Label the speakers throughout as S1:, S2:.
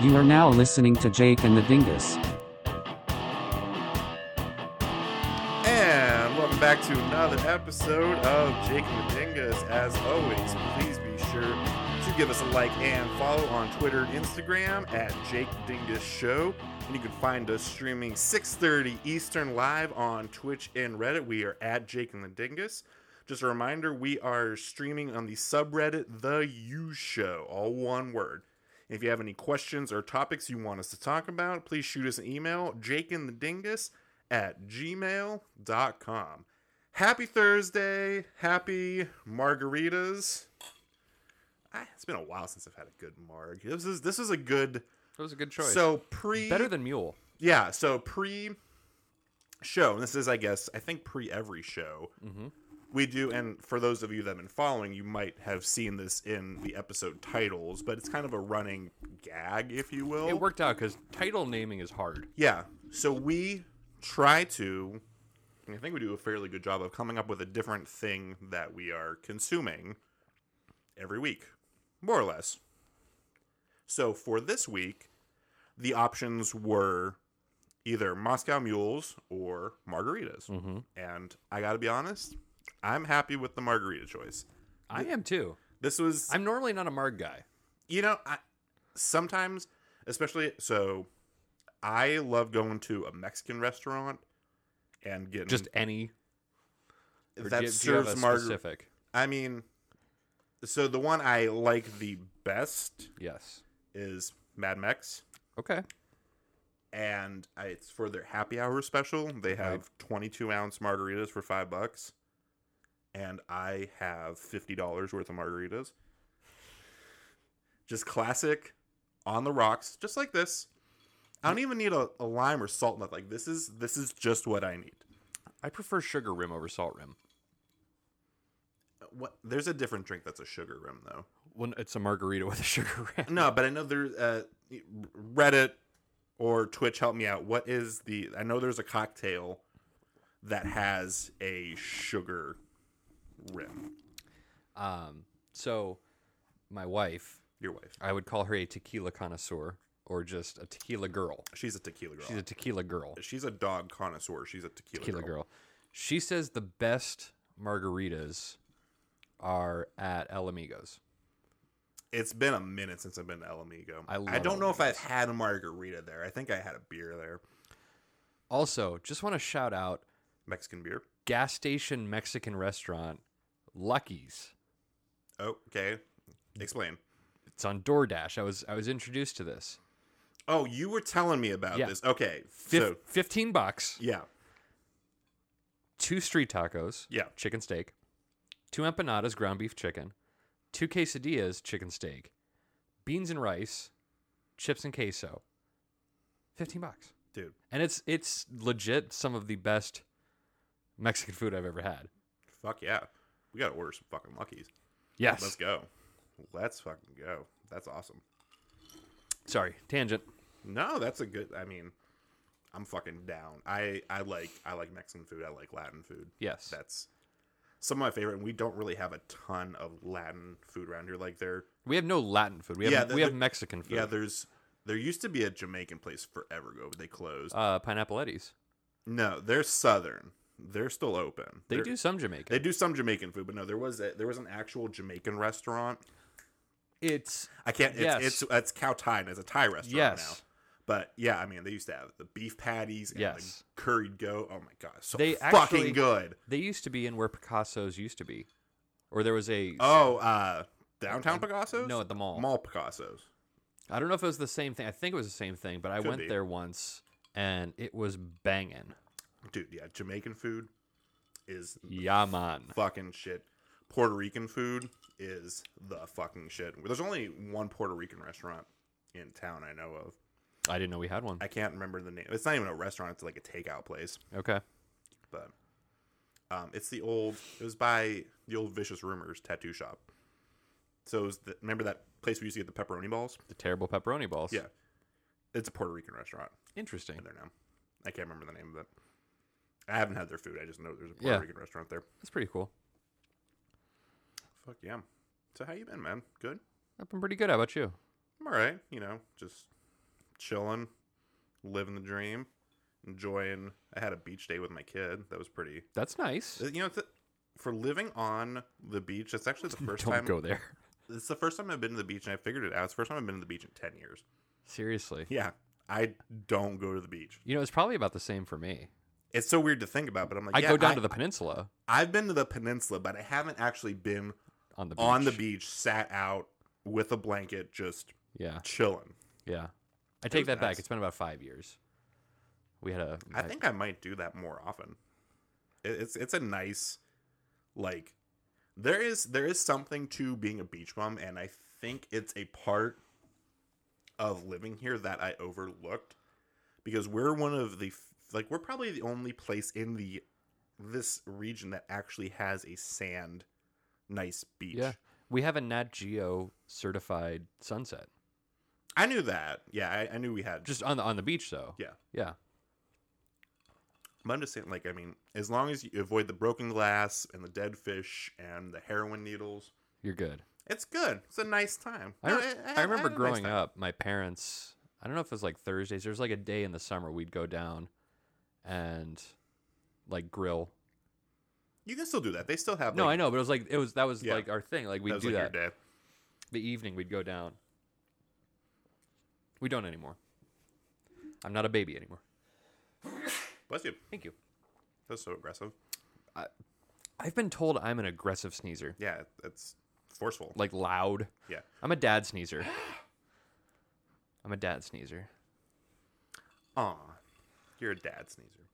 S1: You are now listening to Jake and the Dingus.
S2: And welcome back to another episode of Jake and the Dingus. As always, please be sure to give us a like and follow on Twitter and Instagram at Jake Dingus Show. And you can find us streaming 6.30 Eastern live on Twitch and Reddit. We are at Jake and the Dingus. Just a reminder, we are streaming on the subreddit The You Show, all one word. If you have any questions or topics you want us to talk about, please shoot us an email, jakeandthedingus at gmail.com. Happy Thursday. Happy margaritas. Ah, It's been a while since I've had a good marg. This is this is a good
S3: That was a good choice.
S2: so pre
S3: better than Mule.
S2: yeah so pre show and this is I guess I think pre every show
S3: Mm-hmm.
S2: we do and for those of you that have been following you might have seen this in the episode titles but it's kind of a running gag if you will
S3: It worked out because title naming is hard.
S2: yeah. So we try to, and I think we do a fairly good job of coming up with a different thing that we are consuming every week, more or less. So for this week, the options were either Moscow Mules or margaritas. And I got to be honest, I'm happy with the margarita choice.
S3: I am too.
S2: This was
S3: I'm normally not a Marg guy.
S2: you know, I sometimes, especially so, I love going to a Mexican restaurant and getting
S3: Just any. or
S2: that
S3: do you- do you have
S2: serves
S3: a
S2: margarita.
S3: specific.
S2: I mean, so the one I like the best
S3: Yes.
S2: is Mad Mex,
S3: Okay.
S2: and I, it's for their happy hour special. They have twenty-two ounce margaritas for five bucks, and I have fifty dollars worth of margaritas. Just classic, on the rocks, just like this. I don't even need a, a lime or salt. Nothing. Like this is this is just what I need.
S3: I prefer sugar rim over salt rim.
S2: What? There's a different drink that's a sugar rim though.
S3: When it's a margarita with a sugar rim.
S2: No, but I know there's uh, Reddit or Twitch help me out. What is the? I know there's a cocktail that has a sugar rim.
S3: Um. So, my wife,
S2: Your wife,
S3: I would call her a tequila connoisseur or just a tequila girl.
S2: she's a tequila girl.
S3: She's a tequila girl.
S2: She's a dog connoisseur. She's a tequila,
S3: tequila
S2: girl.
S3: girl. She says the best margaritas are at El Amigos.
S2: It's been a minute since I've been to El Amigo.
S3: I
S2: I
S3: love
S2: don't
S3: El
S2: know if I've had a margarita there. I think I had a beer there,
S3: Also, just want to shout out
S2: Mexican beer.
S3: gas station Mexican restaurant, Lucky's.
S2: Oh, okay, explain.
S3: It's on DoorDash. I was I was introduced to this.
S2: Oh, you were telling me about
S3: Yeah.
S2: this. Okay,
S3: Fif-
S2: so
S3: Fifteen bucks,
S2: yeah,
S3: two street tacos,
S2: yeah,
S3: chicken steak, two empanadas, ground beef chicken, two quesadillas, chicken steak, beans and rice, chips and queso. Fifteen bucks,
S2: dude.
S3: and it's it's legit some of the best Mexican food I've ever had.
S2: Fuck yeah, we gotta order some fucking Luckies.
S3: Yes.
S2: Let's go. Let's fucking go. That's awesome.
S3: Sorry, tangent.
S2: No, that's a good. I mean, I'm fucking down. I I like I like Mexican food. I like Latin food.
S3: Yes.
S2: That's some of my favorite. And we don't really have a ton of Latin food around here. Like there,
S3: We have no Latin food. We have
S2: Yeah, the-
S3: we have
S2: the-
S3: Mexican food.
S2: yeah. There's there used to be a Jamaican place forever ago, but they closed.
S3: uh, pineapple eddies.
S2: no, they're southern. They're still open.
S3: They
S2: They're-
S3: do some Jamaican.
S2: They do some Jamaican food, but no, there was a, there was an actual Jamaican restaurant.
S3: It's
S2: I can't. It's
S3: Yes.
S2: it's, it's cow Thai. and It's a Thai restaurant now.
S3: yes.
S2: But yeah, I mean, they used to have the beef patties and
S3: Yes.
S2: the curried goat. Oh my god, so
S3: They
S2: fucking
S3: actually-
S2: good.
S3: They used to be in where Picasso's used to be, or there was a
S2: Oh, uh, downtown Picasso's?
S3: no at the mall.
S2: mall Picasso's.
S3: I don't know if it was the same thing. I think it was the same thing, but I
S2: Could
S3: went
S2: be.
S3: there once and it was banging.
S2: Dude, yeah, Jamaican food is
S3: Yaman.
S2: fucking shit. Puerto Rican food is the fucking shit. There's only one Puerto Rican restaurant in town I know of.
S3: I didn't know we had one.
S2: I can't remember the name. It's not even a restaurant. It's like a takeout place.
S3: Okay.
S2: But um, it's the old. It was by the old Vicious Rumors tattoo shop. So it was the, remember that place we used to get the pepperoni balls?
S3: The terrible pepperoni balls.
S2: Yeah, it's a Puerto Rican restaurant
S3: Interesting.
S2: in there now. I can't remember the name of it. I haven't had their food. I just know there's a Puerto
S3: Yeah.
S2: Rican restaurant there.
S3: That's pretty cool.
S2: Fuck yeah. So how you been, man? Good.
S3: I've been pretty good. How about you?
S2: I'm all right. You know, just chilling, living the dream, enjoying. I had a beach day with my kid. That was pretty.
S3: That's nice.
S2: You know, it's for living on the beach, it's actually the 1st
S3: Don't
S2: time.
S3: go there.
S2: It's the first time I've been to the beach, and I figured it out. It's the first time I've been to the beach in ten years.
S3: Seriously.
S2: Yeah, I don't go to the beach.
S3: You know, it's probably about the same for me.
S2: It's so weird to think about, but I'm like,
S3: I
S2: Uh, yeah,
S3: go down
S2: I,
S3: to the peninsula
S2: I've been to the peninsula, but I haven't actually been
S3: on the beach.
S2: on the beach, sat out with a blanket, just
S3: Yeah,
S2: chilling.
S3: yeah. I take
S2: was nice.
S3: that back. It's been about five years. We had a.
S2: I think I might do that more often. It- It's it's a nice, like, there is there is something to being a beach bum, and I think it's a part of living here that I overlooked because we're one of the f- like we're probably the only place in the this region that actually has a sand nice beach.
S3: Yeah, we have a Nat Geo certified sunset.
S2: I knew that. Yeah, I, I knew we had.
S3: Just on the on the beach though.
S2: Yeah.
S3: Yeah.
S2: But I'm just saying, like, I mean, as long as you avoid the broken glass and the dead fish and the heroin needles,
S3: You're good.
S2: It's good. It's a nice time.
S3: I,
S2: No,
S3: re-
S2: I- I-
S3: I,
S2: I
S3: remember
S2: had a nice
S3: growing
S2: time.
S3: up, my parents, I don't know if it was like Thursdays, there was like a day in the summer we'd go down and like grill.
S2: You can still do that. They still have.
S3: no,
S2: like,
S3: I know, but it was like, it was, that was
S2: Yeah.
S3: like our thing. Like we'd
S2: that was,
S3: do
S2: like,
S3: that.
S2: Your day.
S3: The evening we'd go down. We don't anymore. I'm not a baby anymore.
S2: Bless you.
S3: Thank you.
S2: That's so aggressive.
S3: I've been told I'm an aggressive sneezer,
S2: Yeah, it- it's forceful.
S3: like loud.
S2: Yeah.
S3: I'm a dad sneezer. I'm a dad sneezer.
S2: Aw, you're a dad sneezer.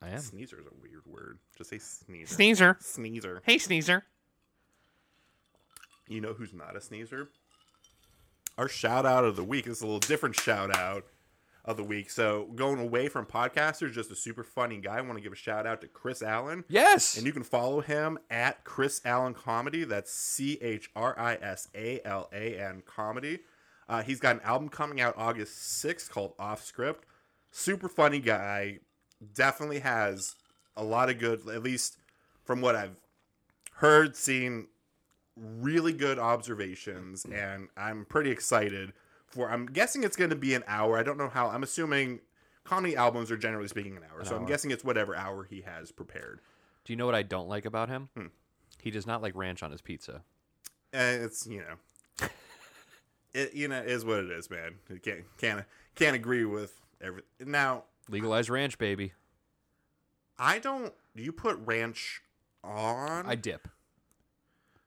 S3: I am.
S2: Sneezer is a weird word. Just say sneezer.
S3: Sneezer.
S2: Sneezer.
S3: Hey, sneezer.
S2: You know who's not a sneezer? Our shout out of the week this is a little different shout out of the week. So going away from podcasters, just a super funny guy. I want to give a shout out to Chris Allen.
S3: Yes.
S2: And you can follow him at Chris Allen Comedy. That's C H R I S A L A N Comedy. Uh, he's got an album coming out August 6th called Off Script. Super funny guy. Definitely has a lot of good, at least from what I've heard, seen, really good observations. And I'm pretty excited for, I'm guessing it's going to be an hour. I don't know how, I'm assuming comedy albums are generally speaking an hour. so I'm guessing it's whatever hour he has prepared.
S3: Do you know what I don't like about him?
S2: Hmm.
S3: He does not like ranch on his pizza.
S2: and Eh, it's you know, it you know is what it is, man. You can't can't can't agree with every. Now
S3: Legalize ranch, baby.
S2: I don't. Do you put ranch on?
S3: I dip.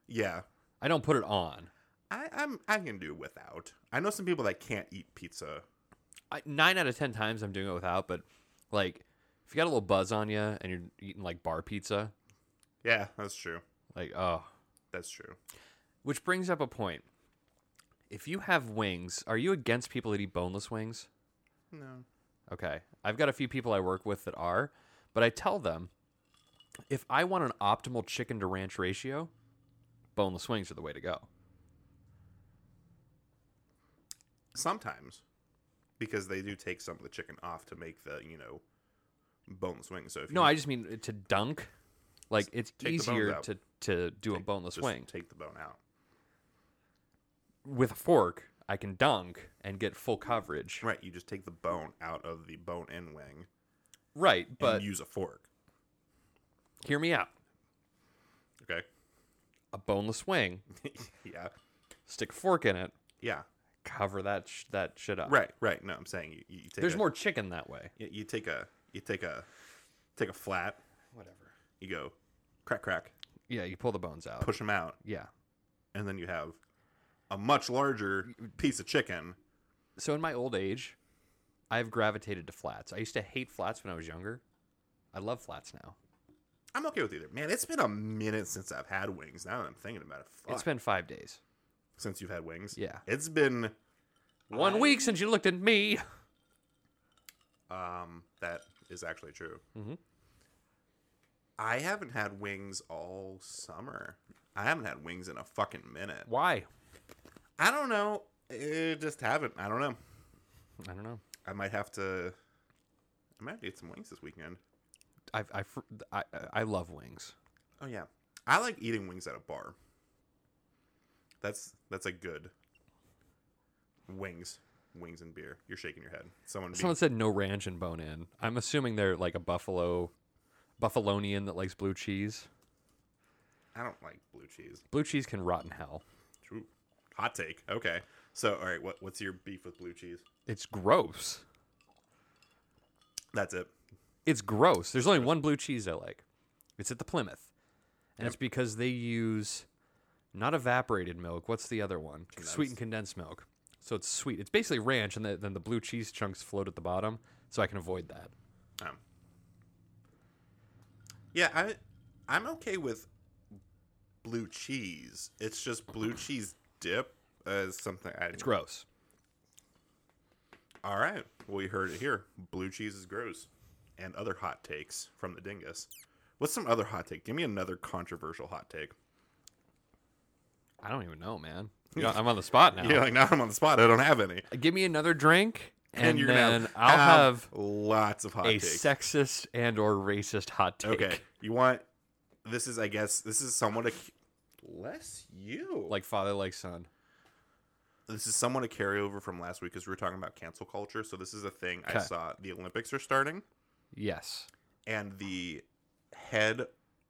S2: yeah.
S3: I don't put it on.
S2: I, I'm I can do without. I know some people that can't eat pizza.
S3: I, nine out of ten times I'm doing it without, but like if you got a little buzz on you and you're eating like bar pizza,
S2: Yeah, that's true.
S3: like oh.
S2: That's true.
S3: Which brings up a point. If you have wings, are you against people that eat boneless wings?
S2: No.
S3: Okay. I've got a few people I work with that are, but I tell them if I want an optimal chicken to ranch ratio, boneless wings are the way to go.
S2: Sometimes, because they do take some of the chicken off to make the you know, boneless wings. So if
S3: No,
S2: you
S3: I just mean uh, to dunk. Like it's
S2: take the bones
S3: easier
S2: out.
S3: to to do a boneless
S2: just
S3: wing
S2: take the bone out.
S3: with a fork. I can dunk and get full coverage.
S2: Right, you just take the bone out of the bone in wing
S3: Right, but
S2: and use a fork.
S3: hear me out.
S2: Okay.
S3: A boneless wing,
S2: yeah.
S3: stick a fork in it,
S2: Yeah.
S3: cover that sh- that shit up.
S2: Right. Right. No, I'm saying you, you take.
S3: There's
S2: a,
S3: more chicken that way.
S2: You, you take a. You take a. Take a flat.
S3: Whatever.
S2: You go, crack, crack.
S3: Yeah, you pull the bones out.
S2: Push them out,
S3: Yeah.
S2: and then you have a much larger piece of chicken.
S3: so in my old age, I've gravitated to flats. I used to hate flats when I was younger. I love flats now.
S2: I'm okay with either. Man, it's been a minute since I've had wings. Now that I'm thinking about it, fuck.
S3: It's been five days.
S2: since you've had wings.
S3: Yeah.
S2: It's been
S3: One week since you looked at me.
S2: Um, that is actually true.
S3: Mhm.
S2: I haven't had wings all summer. I haven't had wings in a fucking minute.
S3: Why?
S2: I don't know. I just haven't. I don't know.
S3: I don't know.
S2: I might have to. I might have to get some wings this weekend.
S3: I I fr- I, I love wings.
S2: Oh yeah, I like eating wings at a bar. That's that's a good wings wings and beer. You're shaking your head. Someone, be,
S3: Someone said no ranch and bone in. I'm assuming they're like a buffalo, buffalonian that likes blue cheese.
S2: I don't like blue cheese.
S3: Blue cheese can rot in hell.
S2: Ooh, hot take. Okay. So, all right, what what's your beef with blue cheese?
S3: It's gross.
S2: That's it.
S3: It's gross. There's only one blue cheese I like. It's at the Plymouth, and it's because they use not evaporated milk. What's the other one? Sweetened condensed milk. So it's sweet. It's basically ranch, and the, then the blue cheese chunks float at the bottom, so I can avoid that.
S2: Um, yeah, I I'm okay with blue cheese. It's just blue cheese dip is something I
S3: It's gross.
S2: All right. Well, you heard it here. Blue cheese is gross. And other hot takes from the dingus. What's some other hot take? Give me another controversial hot take.
S3: I don't even know, man. You know, I'm on the spot now.
S2: You're like, now I'm on the spot. I don't have any.
S3: Give me another drink, and,
S2: And, you're
S3: then
S2: gonna have,
S3: I'll have
S2: lots of hot
S3: a
S2: takes.
S3: sexist and or racist hot take.
S2: okay. You want this is I guess this is somewhat a less you.
S3: Like father, like son.
S2: this is somewhat a carryover from last week because we were talking about cancel culture. So this is a thing I
S3: Okay.
S2: saw. The Olympics are starting,
S3: Yes.
S2: and the head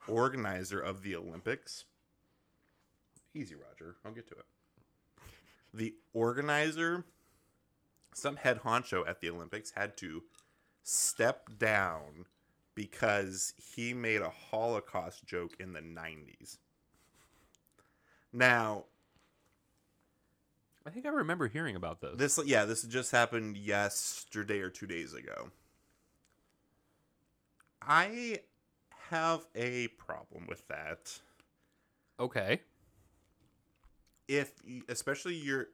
S2: organizer of the Olympics. Easy, Roger. I'll get to it. The organizer, some head honcho at the Olympics, had to step down because he made a Holocaust joke in the 90s. Now,
S3: I think I remember hearing about this.
S2: This yeah, this just happened yesterday or 2 days ago. I have a problem with that.
S3: Okay.
S2: If y- especially you're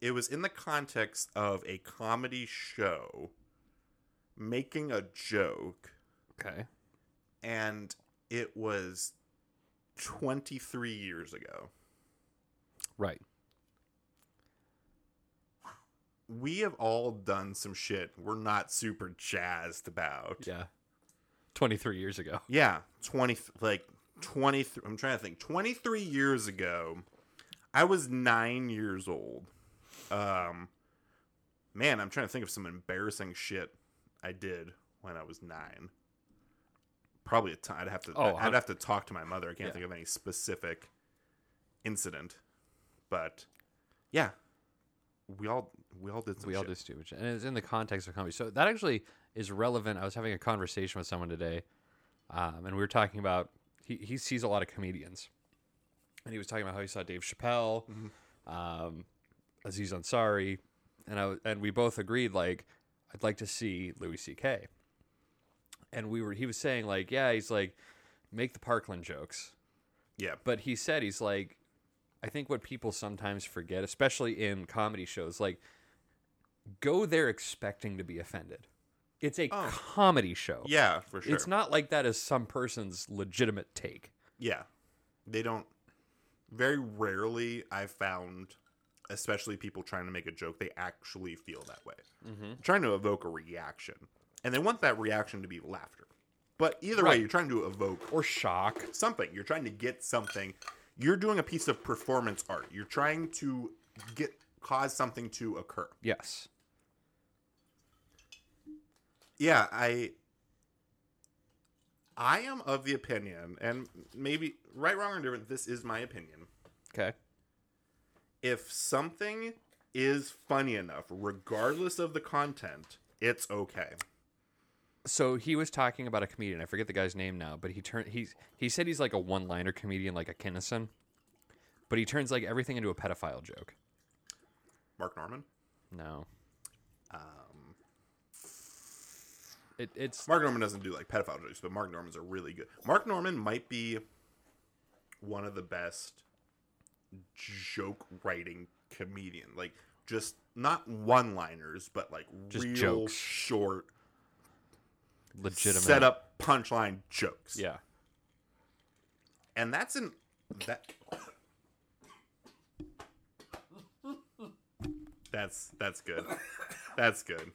S2: it was in the context of a comedy show making a joke
S3: Okay.
S2: and it was 23 years ago.
S3: Right.
S2: We have all done some shit we're not super jazzed about.
S3: Yeah. 23 years ago.
S2: Yeah, 20 like 23 I'm trying to think. 23 years ago, I was 9 years old. Um man, I'm trying to think of some embarrassing shit I did when I was 9. Probably a time I'd have to
S3: Oh,
S2: I'd
S3: hun-
S2: have to talk to my mother. I can't
S3: Yeah.
S2: think of any specific incident. But yeah. We all we all did some
S3: We all
S2: shit.
S3: do stupid shit. And it's in the context of comedy. So that actually is relevant. I was having a conversation with someone today, um, and we were talking about he, he sees a lot of comedians. And he was talking about how he saw Dave Chappelle, um, Aziz Ansari, and I w- and we both agreed like I'd like to see Louis C.K. And we were he was saying like yeah he's like make the Parkland jokes
S2: yeah.
S3: but he said he's like i think what people sometimes forget especially in comedy shows like go there expecting to be offended it's a
S2: Oh.
S3: comedy show
S2: Yeah, for sure.
S3: it's not like that is some person's legitimate take
S2: Yeah. They don't very rarely I've found especially people trying to make a joke they actually feel that way. Trying to evoke a reaction. And they want that reaction to be laughter. But either way,
S3: Right.
S2: you're trying to evoke
S3: or shock
S2: something. You're trying to get something. You're doing a piece of performance art. You're trying to get cause something to occur.
S3: yes
S2: yeah i i am of the opinion and maybe right wrong or different this is my opinion
S3: okay
S2: if something is funny enough regardless of the content it's okay
S3: so he was talking about a comedian i forget the guy's name now but he turned he's he said he's like a one-liner comedian like a kinnison but he turns like everything into a pedophile joke
S2: mark norman
S3: no um
S2: Um.
S3: it, it's
S2: mark norman doesn't do like pedophile jokes but mark norman's are really good mark norman might be one of the best joke writing comedian like just not one liners but like
S3: Just
S2: real
S3: jokes.
S2: short
S3: legitimate
S2: set up punchline jokes
S3: Yeah.
S2: and that's an that that's that's good that's good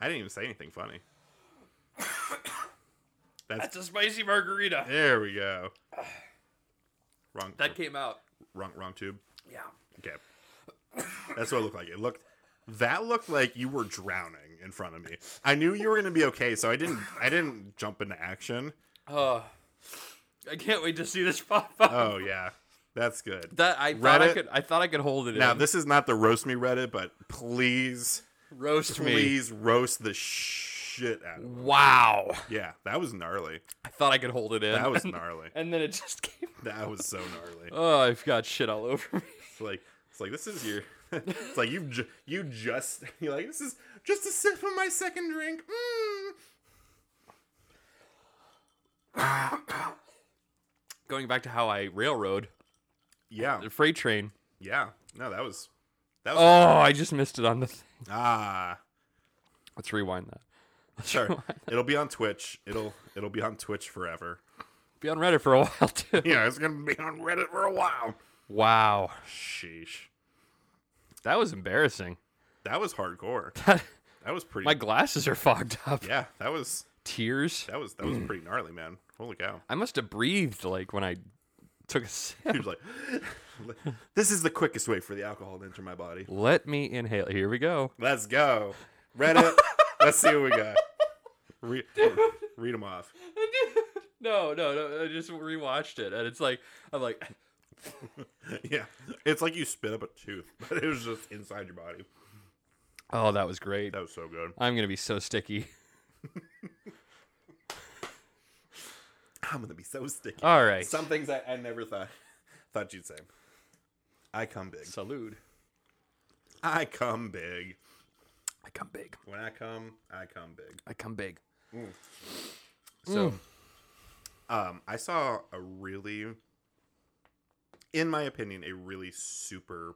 S2: i didn't even say anything funny that's
S3: a spicy margarita.
S2: there we go wrong
S3: That came out.
S2: wrong wrong tube
S3: Yeah.
S2: okay that's what it looked like it looked That looked like you were drowning in front of me. I knew you were going to be okay, so I didn't. I didn't jump into action.
S3: Oh, I can't wait to see this pop up.
S2: Oh yeah, that's good.
S3: that I thought I
S2: Reddit-
S3: could. I thought I could hold it.
S2: Now
S3: in.
S2: this is not the roast me Reddit, but please,
S3: roast me.
S2: please roast the shit out of me.
S3: Wow,
S2: Yeah, that was gnarly.
S3: I thought I could hold it in.
S2: That was gnarly.
S3: and then it just came.
S2: That was so gnarly.
S3: Oh, I've got shit all over me.
S2: It's like it's like this is your. It's like you ju- you just you're like this is just a sip of my second drink. Mm.
S3: Going back to how I railroad
S2: Yeah,
S3: the freight train.
S2: yeah. No, that was that was
S3: Oh, I just missed it on the. Thing.
S2: ah.
S3: Let's rewind that.
S2: Sure, it'll be on Twitch. It'll it'll be on Twitch forever.
S3: Be on Reddit for a while too.
S2: Yeah, it's gonna be on Reddit for a while.
S3: Wow,
S2: Sheesh,
S3: that was embarrassing.
S2: that was hardcore. That was pretty.
S3: My glasses are fogged up.
S2: yeah, that was
S3: Tears.
S2: that was that was pretty gnarly, man. Holy cow!
S3: I must have breathed like when I took a
S2: He
S3: sip.
S2: was like, "This is the quickest way for the alcohol to enter my body."
S3: Let me inhale. Here we go.
S2: Let's go. Reddit. Let's see what we got. Read, read them off.
S3: no, no, no. I just rewatched it, and it's like I'm like,
S2: Yeah, it's like you spit up a tooth, but it was just inside your body.
S3: oh, that was great.
S2: That was so good.
S3: I'm gonna be so sticky.
S2: I'm gonna be so sticky.
S3: All right.
S2: Some things I, I never thought thought you'd say. I come big.
S3: Salute.
S2: I come big.
S3: I come big.
S2: When I come, I come big.
S3: I come big.
S2: So, um, I saw a really, in my opinion, a really super,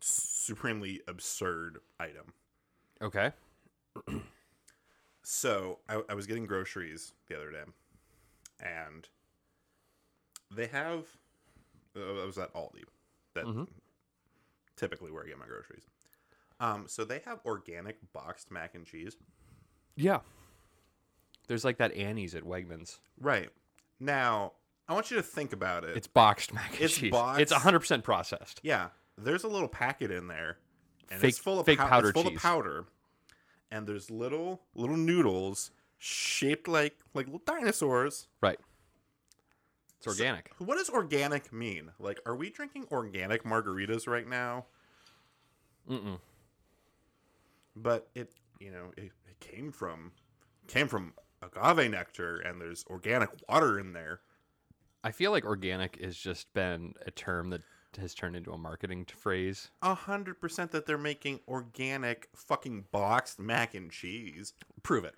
S2: supremely absurd item.
S3: Okay.
S2: So I, I was getting groceries the other day, and they have. uh, I was at Aldi, that typically where I get my groceries. Um, so they have organic boxed mac and cheese.
S3: Yeah. There's like that Annie's at Wegmans.
S2: Right now, I want you to think about it.
S3: It's boxed mac and
S2: It's
S3: cheese.
S2: boxed.
S3: Uh, It's 100 percent processed.
S2: yeah, there's a little packet in there, and
S3: Fake-
S2: it's full of
S3: fake
S2: pow- it's
S3: powder
S2: full
S3: cheese.
S2: of powder, and there's little little noodles shaped like like little dinosaurs.
S3: Right. It's organic.
S2: What does organic mean? Like, are we drinking organic margaritas right now?
S3: Mm-mm.
S2: But it, you know, it, it came from came from agave nectar, and there's organic water in there.
S3: I feel like organic has just been a term that has turned into a marketing t- phrase.
S2: A hundred percent that they're making organic fucking boxed mac and cheese. Prove it.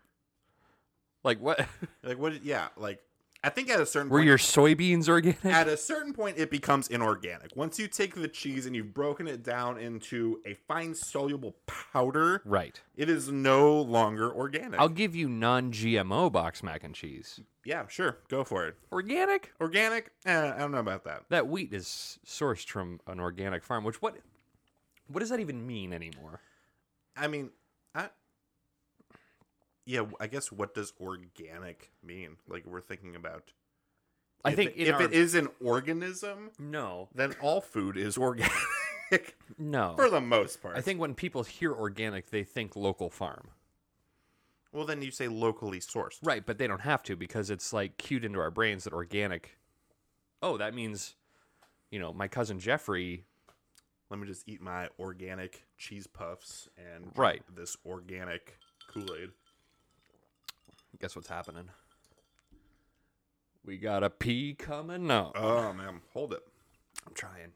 S3: Like what?
S2: Like what? Yeah. Like I think at a certain
S3: Were
S2: point,
S3: your soybeans organic?
S2: at a certain point it becomes inorganic. Once you take the cheese and you've broken it down into a fine soluble powder,
S3: right.
S2: it is no longer organic.
S3: I'll give you non-GMO box mac and cheese.
S2: yeah, sure, go for it.
S3: Organic?
S2: Organic? Eh, I don't know about that.
S3: That wheat is sourced from an organic farm. Which what? What does that even mean anymore?
S2: I mean, I yeah, I guess what does organic mean? Like we're thinking about.
S3: I
S2: if
S3: think
S2: it- if
S3: in our-
S2: it is an organism,
S3: no,
S2: then all food is organic
S3: no.
S2: for the most part.
S3: I think when people hear organic, they think local farm.
S2: Well, then you say locally sourced.
S3: Right, but they don't have to because it's like cued into our brains that organic. Oh, that means, you know, my cousin Jeffrey.
S2: Let me just eat my organic cheese puffs and drink
S3: Right.
S2: this organic Kool Aid.
S3: Guess what's happening? We got a pee coming up.
S2: Oh man, hold it.
S3: I'm trying.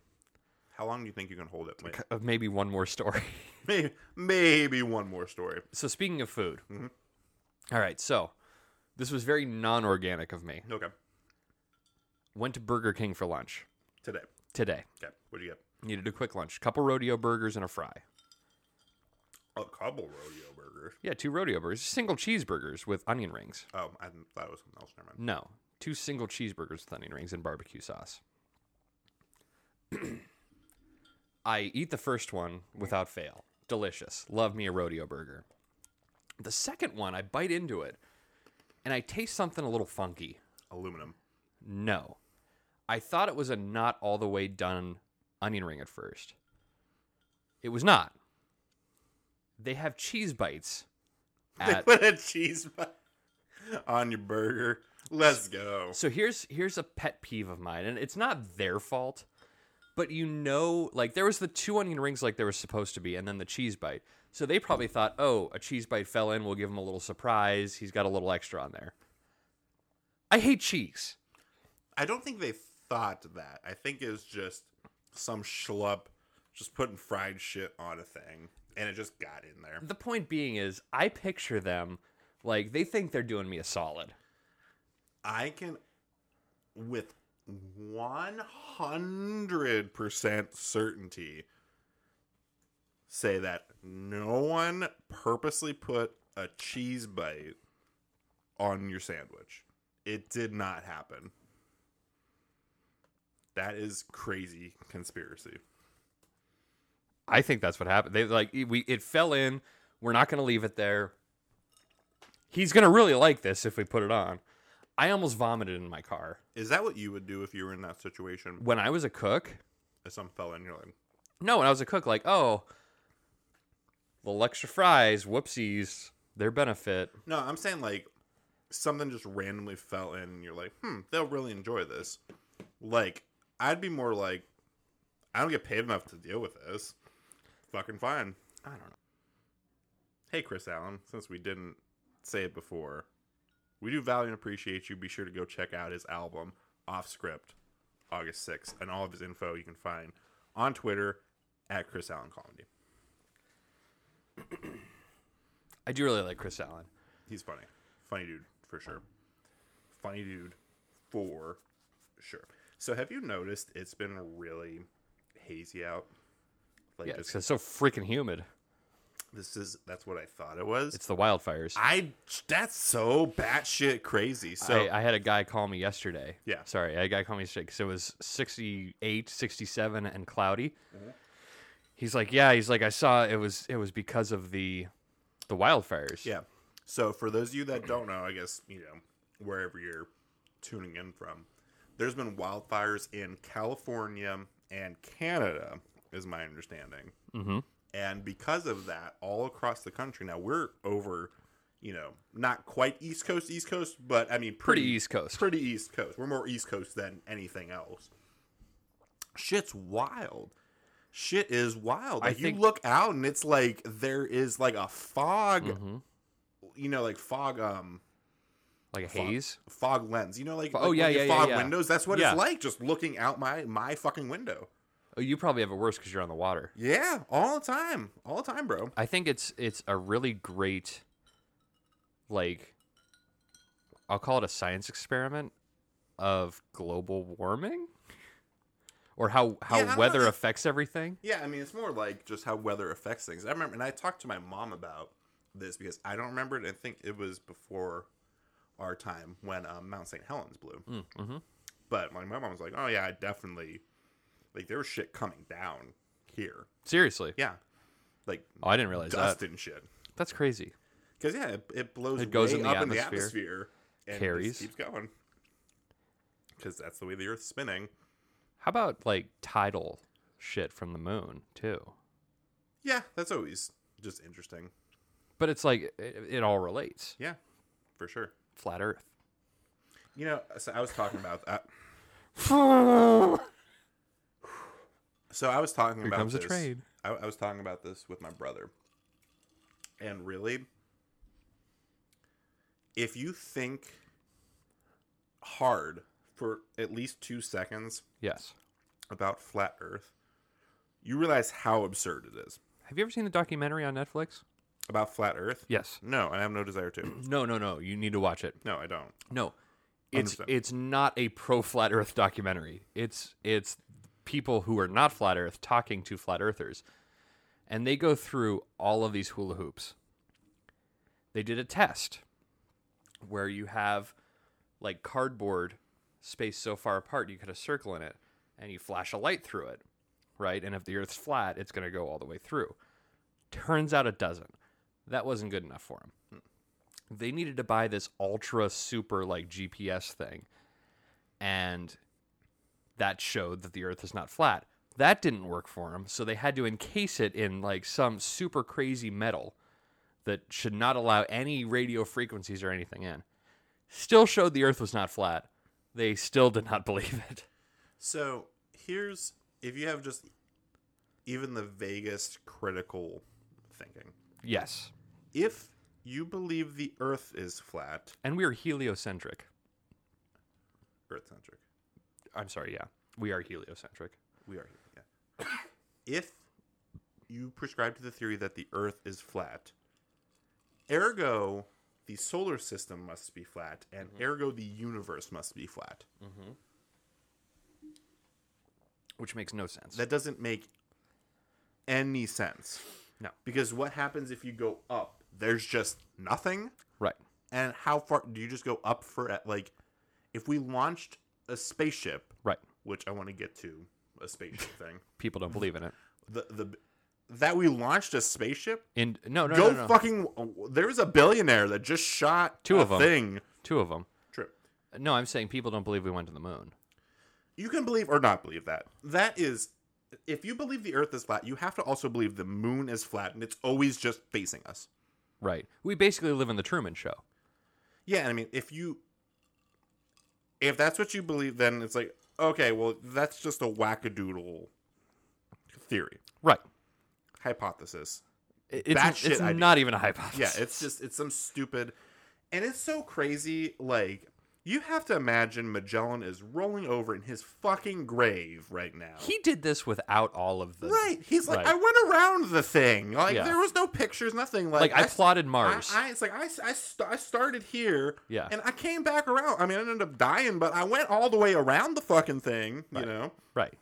S2: How long do you think you can hold it? Wait,
S3: Uh, maybe one more story.
S2: maybe, maybe one more story.
S3: so speaking of food, all right. So this was very non-organic of me.
S2: Okay,
S3: Went to Burger King for lunch
S2: today.
S3: today.
S2: Okay, what do you get?
S3: Needed a quick lunch. Couple rodeo burgers and a fry.
S2: A couple rodeo burgers.
S3: Yeah, two rodeo burgers, single cheeseburgers with onion rings.
S2: Oh, I thought it was something else. Never mind.
S3: No, two single cheeseburgers with onion rings and barbecue sauce. I eat the first one without fail. Delicious. Love me a rodeo burger. The second one, I bite into it and I taste something a little funky.
S2: Aluminum.
S3: No. I thought it was a not all the way done onion ring at first. It was not. they have cheese bites
S2: They
S3: at
S2: put a cheese bite on your burger. Let's go.
S3: So here's here's a pet peeve of mine, and it's not their fault, but you know, like there was the two onion rings like there was supposed to be, and then the cheese bite. So they probably thought, oh, a cheese bite fell in. We'll give him a little surprise. He's got a little extra on there. I hate cheese.
S2: I don't think they thought that. I think it was just some schlup just putting fried shit on a thing, and it just got in there.
S3: The point being is, I picture them like they think they're doing me a solid.
S2: I can, with 100% certainty, say that no one purposely put a cheese bite on your sandwich. It did not happen. That is crazy conspiracy.
S3: I think that's what happened. They like we it fell in. We're not going to leave it there. He's going to really like this if we put it on. I almost vomited in my car.
S2: Is that what you would do if you were in that situation?
S3: when I was a cook,
S2: If some fella and you're like,
S3: no, when I was a cook, like, oh, little extra fries, whoopsies, their benefit.
S2: no, I'm saying like something just randomly fell in and you're like, hmm, they'll really enjoy this. Like, I'd be more like, I don't get paid enough to deal with this. Fucking fine.
S3: I don't know.
S2: Hey, Chris Allen, since we didn't say it before, we do value and appreciate you. Be sure to go check out his album, Off Script, August 6th. And all of his info you can find on Twitter at Chris Allen Comedy.
S3: I do really like Chris Allen.
S2: He's funny. Funny dude, for sure. Funny dude, for sure. So, have you noticed it's been really hazy out? Like,
S3: Yeah,
S2: just-
S3: it's so freaking humid.
S2: this is that's what I thought it was.
S3: It's the wildfires.
S2: I that's so batshit crazy. So,
S3: I, I had a guy call me yesterday.
S2: Yeah.
S3: Sorry, I had a guy call me yesterday because it was 68, 67, and cloudy.
S2: Mm-hmm.
S3: He's like, yeah. He's like, I saw it was it was because of the the wildfires.
S2: yeah. So, for those of you that don't know, I guess, you know, wherever you're tuning in from, there's been wildfires in California and Canada, is my understanding.
S3: Mm-hmm.
S2: and because of that all across the country now we're over you know not quite east coast east coast but i mean pretty,
S3: Pretty East Coast.
S2: pretty east coast we're more east coast than anything else shit's wild shit is wild
S3: I
S2: like
S3: think-
S2: you look out and it's like there is like a fog
S3: Mhm.
S2: you know like fog um
S3: Like a
S2: Fuck.
S3: haze.
S2: fog lens you know like,
S3: Fo-
S2: like
S3: oh, yeah,
S2: when you
S3: yeah, yeah,
S2: fog
S3: yeah.
S2: windows that's what
S3: Yeah.
S2: it's like just looking out my my fucking window
S3: Oh, you probably have it worse because you're on the water.
S2: yeah all the time all the time bro
S3: I think it's it's a really great like I'll call it a science experiment of global warming or how how
S2: Yeah, I don't know
S3: weather
S2: that-
S3: affects everything.
S2: Yeah, I mean, it's more like just how weather affects things. I remember, and I talked to my mom about this because I don't remember it. I think it was before our time when um, Mount St. Helens blew.
S3: Mm-hmm.
S2: But like, my mom was like, "Oh yeah, I definitely like there was shit coming down here.
S3: Seriously.
S2: Yeah, like
S3: Oh, I didn't realize
S2: dust
S3: that.
S2: and shit.
S3: That's crazy.
S2: Because yeah, it, it blows.
S3: It goes
S2: way
S3: in the
S2: up in the
S3: atmosphere,
S2: atmosphere. And
S3: carries.
S2: just keeps going. Because that's the way the Earth's spinning.
S3: How about like tidal shit from the moon too?
S2: Yeah, that's always just interesting.
S3: But it's like it, it all relates.
S2: Yeah, for sure.
S3: Flat Earth.
S2: You know, so I was talking about that. So I was talking
S3: Here
S2: about
S3: comes a
S2: this-
S3: train.
S2: I, I was talking about this with my brother, and really, if you think hard for at least two seconds
S3: Yes.
S2: about flat Earth, you realize how absurd it is
S3: Have you ever seen the documentary on Netflix?
S2: about flat Earth.
S3: Yes.
S2: No, I have no desire to.
S3: No, no, no. You need to watch it.
S2: No, I don't.
S3: No, it's
S2: 100%.
S3: it's not a pro flat Earth documentary. It's it's people who are not flat Earth talking to flat Earthers, and they go through all of these hula hoops. They did a test where you have like cardboard spaced so far apart you cut a circle in it and you flash a light through it, right? And if the Earth's flat, it's going to go all the way through. Turns out it doesn't. That wasn't good enough for them they needed to buy this ultra super like GPS thing. And that showed that the earth is not flat. That didn't work for him, so they had to encase it in like some super crazy metal that should not allow any radio frequencies or anything in. Still showed the Earth was not flat. They still did not believe it.
S2: So here's if you have just even the vaguest critical thinking.
S3: Yes,
S2: If you believe the Earth is flat,
S3: and we are heliocentric.
S2: Earth centric,
S3: I'm sorry, yeah, we are heliocentric.
S2: we are. Yeah. if you prescribe to the theory that the Earth is flat, ergo the solar system must be flat, and ergo the universe must be flat.
S3: which makes no sense.
S2: That doesn't make any sense.
S3: No.
S2: Because what happens if you go up? There's just nothing.
S3: right.
S2: And how far do you just go up for like if we launched a spaceship,
S3: Right.
S2: which I want to get to a spaceship thing.
S3: People don't believe in it.
S2: The the that we launched a spaceship?
S3: And no, no,
S2: go
S3: no, no.
S2: fucking there was a billionaire that just shot
S3: Two
S2: a
S3: of 'em.
S2: thing.
S3: Two of them.
S2: True.
S3: No, I'm saying people don't believe we went to the moon.
S2: You can believe or not believe that. That is if you believe the earth is flat, you have to also believe the moon is flat and it's always just facing us.
S3: Right. We basically live in the Truman Show.
S2: Yeah, and I mean, if you if that's what you believe, then it's like okay, well, that's just a wackadoodle theory
S3: Right.
S2: hypothesis.
S3: It- It's,
S2: Batshit
S3: it's
S2: idea.
S3: not even a hypothesis.
S2: Yeah, it's just it's some stupid, and it's so crazy. Like you have to imagine Magellan is rolling over in his fucking grave right now.
S3: he did this without all of the
S2: Right, he's like,
S3: Right.
S2: I went around the thing. Like
S3: Yeah.
S2: there was no pictures, nothing. Like,
S3: Like, I,
S2: s-
S3: plotted
S2: I,
S3: Mars.
S2: I- it's like I, s- I st- I started here,
S3: Yeah.
S2: and I came back around. I mean, I ended up dying, but I went all the way around the fucking thing. You know,
S3: right.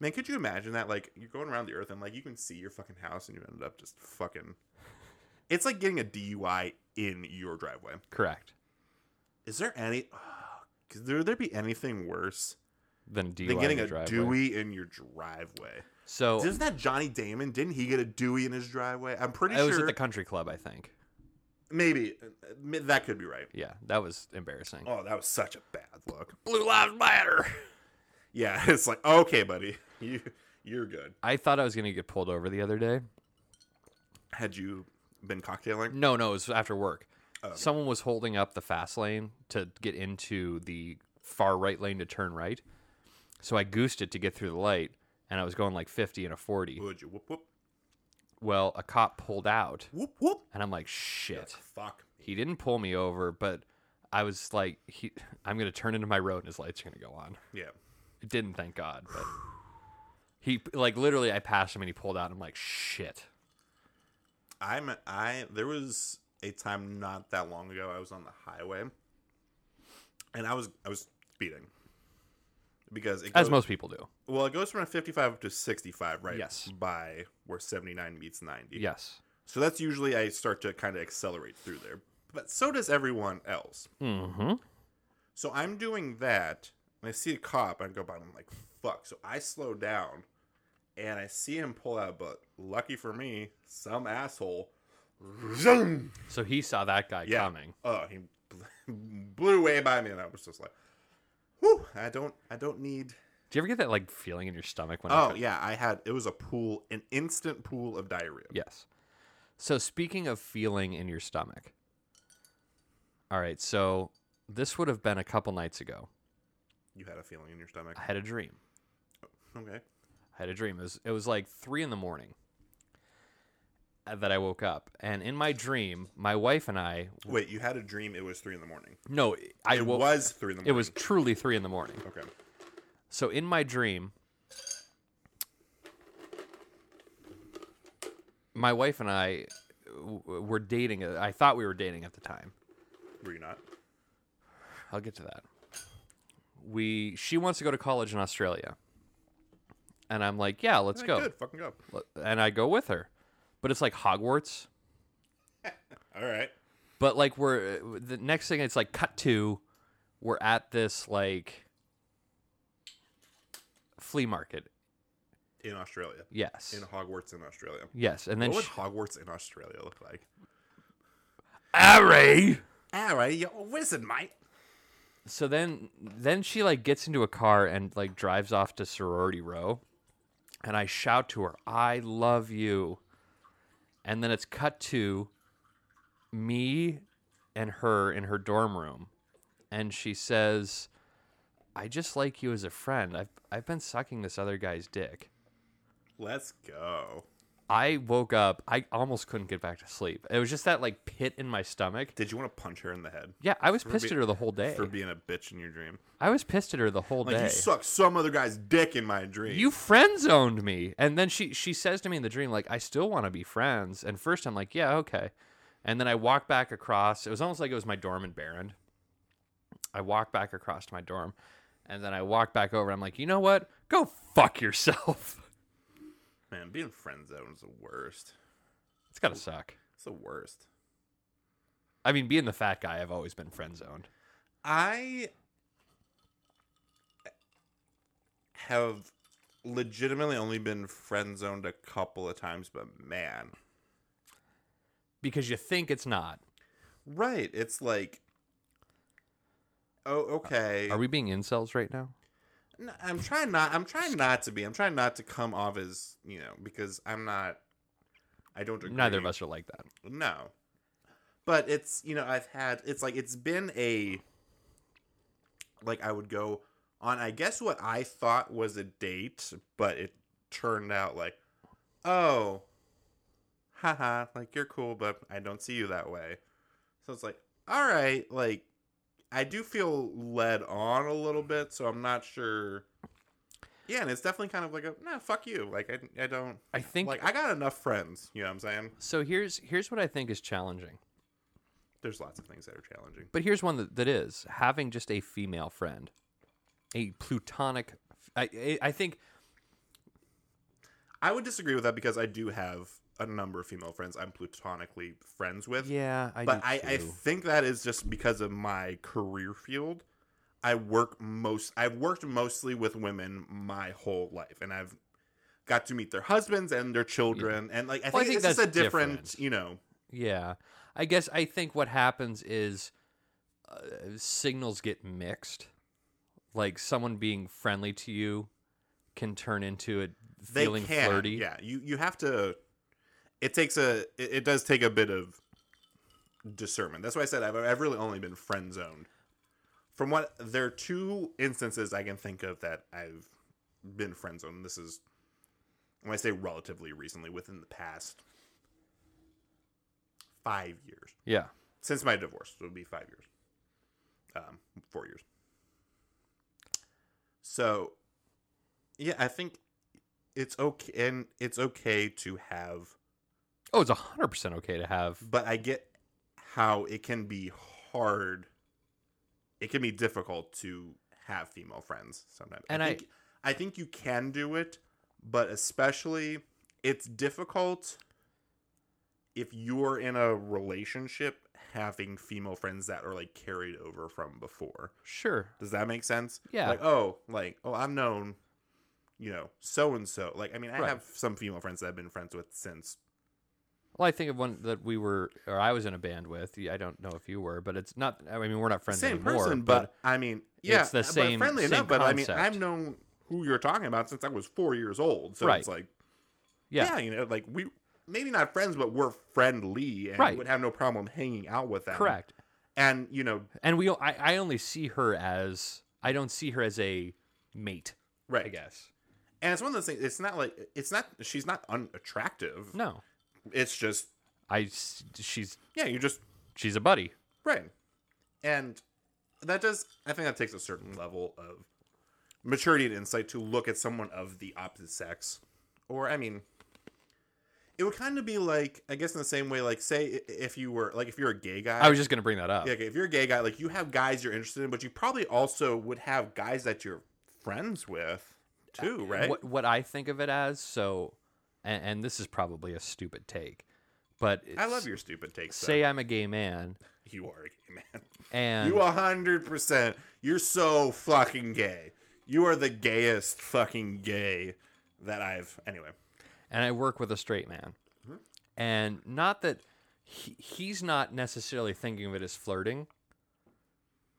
S2: man, could you imagine that? Like you're going around the earth, and like you can see your fucking house, and you ended up just fucking. It's like getting a DUI in your driveway.
S3: Correct.
S2: Is there any? Could there there be anything worse
S3: Then DUI
S2: than getting
S3: in
S2: a
S3: the driveway.
S2: Dewey in your driveway?
S3: So
S2: Isn't that Johnny Damon? Didn't he get a Dewey in his driveway? I'm pretty
S3: I was
S2: sure.
S3: at the country club, I think.
S2: maybe Uh, that could be right.
S3: Yeah, that was embarrassing.
S2: Oh, that was such a bad look.
S3: Blue Lives Matter.
S2: Yeah, it's like okay, buddy, you you're good.
S3: I thought I was gonna get pulled over the other day.
S2: Had you been cocktailing?
S3: No, no, it was after work. Someone was holding up the fast lane to get into the far right lane to turn right. So I goosed it to get through the light, and I was going like 50 and a 40.
S2: Would you whoop whoop
S3: Well, a cop pulled out,
S2: whoop whoop?
S3: and I'm like, shit.
S2: Fuck.
S3: He didn't pull me over, but I was like, he, I'm going to turn into my road, and his lights are going to go on.
S2: Yeah.
S3: It didn't, thank God. But he, like, literally, I passed him, and he pulled out, and I'm like, shit.
S2: I'm I there was a time not that long ago I was on the highway and I was I was speeding. Because it goes,
S3: As most people do.
S2: well, it goes from a 55 up to 65, right?
S3: Yes.
S2: By where 79 meets 90.
S3: Yes.
S2: So that's usually I start to kind of accelerate through there. But so does everyone else.
S3: Mm-hmm.
S2: So I'm doing that, and I see a cop, and I go by, and I'm like, fuck. So I slow down, and I see him pull out, but lucky for me, some asshole. Zoom!
S3: So he saw that guy
S2: Yeah.
S3: coming.
S2: Oh, he blew way by me, and I was just like, whew, I don't, I don't need.
S3: Do you ever get that like feeling in your stomach when?
S2: Oh,
S3: I
S2: yeah, I had, it was a pool, an instant pool of diarrhea.
S3: yes. So speaking of feeling in your stomach, all right. So this would have been a couple nights ago.
S2: You had a feeling in your stomach.
S3: I had a dream.
S2: Okay.
S3: I had a dream. It was it was like three in the morning uh, that I woke up, and in my dream, my wife and I.
S2: Wait, you had a dream, it was three in the morning.
S3: No, I
S2: It
S3: woke.
S2: was three in the
S3: It
S2: morning.
S3: was truly three in the morning.
S2: Okay.
S3: So in my dream, my wife and I w- w- were dating. uh, I thought we were dating at the time.
S2: Were you not?
S3: I'll get to that. We she wants to go to college in Australia. And I'm like, "Yeah, let's
S2: Hey,
S3: go."
S2: Good, fucking go.
S3: L- And I go with her. But it's like Hogwarts.
S2: All right.
S3: But like we're uh, the next thing it's like cut to we're at this like flea market.
S2: In Australia.
S3: Yes.
S2: in Hogwarts in Australia.
S3: yes, and then
S2: What would
S3: she-
S2: Hogwarts in Australia look like?
S3: Harry.
S2: All right, you're a wizard, mate.
S3: so then then she like gets into a car and like drives off to sorority row and I shout to her, I love you. And then it's cut to me and her in her dorm room. And she says, I just like you as a friend. I've, I've been sucking this other guy's dick.
S2: Let's go.
S3: I woke up, I almost couldn't get back to sleep. It was just that like pit in my stomach.
S2: Did you want to punch her in the head?
S3: Yeah, I was
S2: For
S3: pissed
S2: be-
S3: at her the whole day.
S2: For being a bitch in your dream.
S3: I was pissed at her the whole
S2: Like,
S3: day.
S2: you suck some other guy's dick in my dream.
S3: you friend zoned me and then she she says to me in the dream like i still want to be friends and first i'm like yeah okay and then i walk back across it was almost like it was my dorm in Barron. i walk back across to my dorm and then i walk back over i'm like you know what go fuck yourself
S2: Man, being friend zoned is the worst.
S3: it's gotta suck
S2: It's the worst.
S3: i mean being the fat guy i've always been friend zoned
S2: I have legitimately only been friend zoned a couple of times, but man,
S3: because you think it's not
S2: right? It's like, oh, okay.
S3: are we being incels right now
S2: N- I'm trying not. I'm trying not to be. I'm trying not to come off as you know because I'm not. I don't. Agree.
S3: neither of us are like that
S2: No. But it's, you know, I've had, it's like, it's been a, like, I would go on, I guess, what I thought was a date, but it turned out like, oh, haha, like, you're cool, but I don't see you that way. So it's like, all right, like, I do feel led on a little bit, so I'm not sure. Yeah, and it's definitely kind of like a, nah, fuck you. Like, I, I don't,
S3: i think
S2: like, I got enough friends. You know what I'm saying?
S3: so here's here's what i think is challenging
S2: there's lots of things that are challenging.
S3: But here's one that, that is having just a female friend, a plutonic. I, I, I think
S2: I would disagree with that because I do have a number of female friends I'm platonically friends with.
S3: yeah, I
S2: but I, I think that is just because of my career field. I work most I've worked mostly with women my whole life and I've got to meet their husbands and their children and like I think,
S3: Well, I think
S2: it's just a
S3: that's
S2: different,
S3: different.
S2: you know
S3: yeah, I guess I think what happens is uh, signals get mixed. Like someone being friendly to you can turn into it
S2: they
S3: feeling
S2: can
S3: flirty.
S2: yeah you you have to it takes a it, it does take a bit of discernment that's why i said I've, I've really only been friend zoned from what there are two instances i can think of that i've been friend zoned this is when i say relatively recently within the past five years
S3: yeah.
S2: since my divorce so it'll be five years um four years so yeah i think it's okay and it's okay to have
S3: Oh, it's hundred percent okay to have.
S2: but i get how it can be hard it can be difficult to have female friends sometimes
S3: And I-
S2: think, I think you can do it but especially it's difficult if you're in a relationship having female friends that are like carried over from before
S3: Sure.
S2: does that make sense?
S3: Yeah.
S2: Like, oh, like, oh, I've known, you know, so and so. Like, I mean, I
S3: Right.
S2: have some female friends that I've been friends with since.
S3: Well, I think of one that we were, or I was in a band with. I don't know if you were, but it's not. I mean, we're not friends
S2: same
S3: anymore.
S2: person, but, I mean, yeah,
S3: it's the
S2: but
S3: same-
S2: friendly
S3: same
S2: enough. But I mean,
S3: concept.
S2: I've known who you're talking about since I was four years old. So
S3: Right.
S2: it's like,
S3: yeah,
S2: yeah, you know, like we maybe not friends, but we're friendly and
S3: Right.
S2: would have no problem hanging out with them.
S3: correct.
S2: And you know,
S3: and we I, I only see her as I don't see her as a mate.
S2: right.
S3: I guess
S2: And it's one of those things. It's not like it's not. She's not unattractive.
S3: no.
S2: It's just
S3: I s- she's
S2: yeah. You're just
S3: she's a buddy.
S2: Right. And that does I think that takes a certain level of maturity and insight to look at someone of the opposite sex. Or I mean it would kind of be like I guess in the same way like say i- if you were like if you're a gay guy
S3: I was just gonna bring that up.
S2: yeah, okay, if you're a gay guy like you have guys you're interested in but you probably also would have guys that you're friends with too, right?
S3: Uh, What what I think of it as so, and, and this is probably a stupid take, but
S2: I
S3: it's-
S2: love your stupid takes.
S3: Say I'm a gay man,
S2: though. you are a gay man.
S3: and
S2: You a hundred percent. You're so fucking gay. You are the gayest fucking gay that I've. Anyway,
S3: and I work with a straight man,
S2: Mm-hmm.
S3: and not that he, he's not necessarily thinking of it as flirting,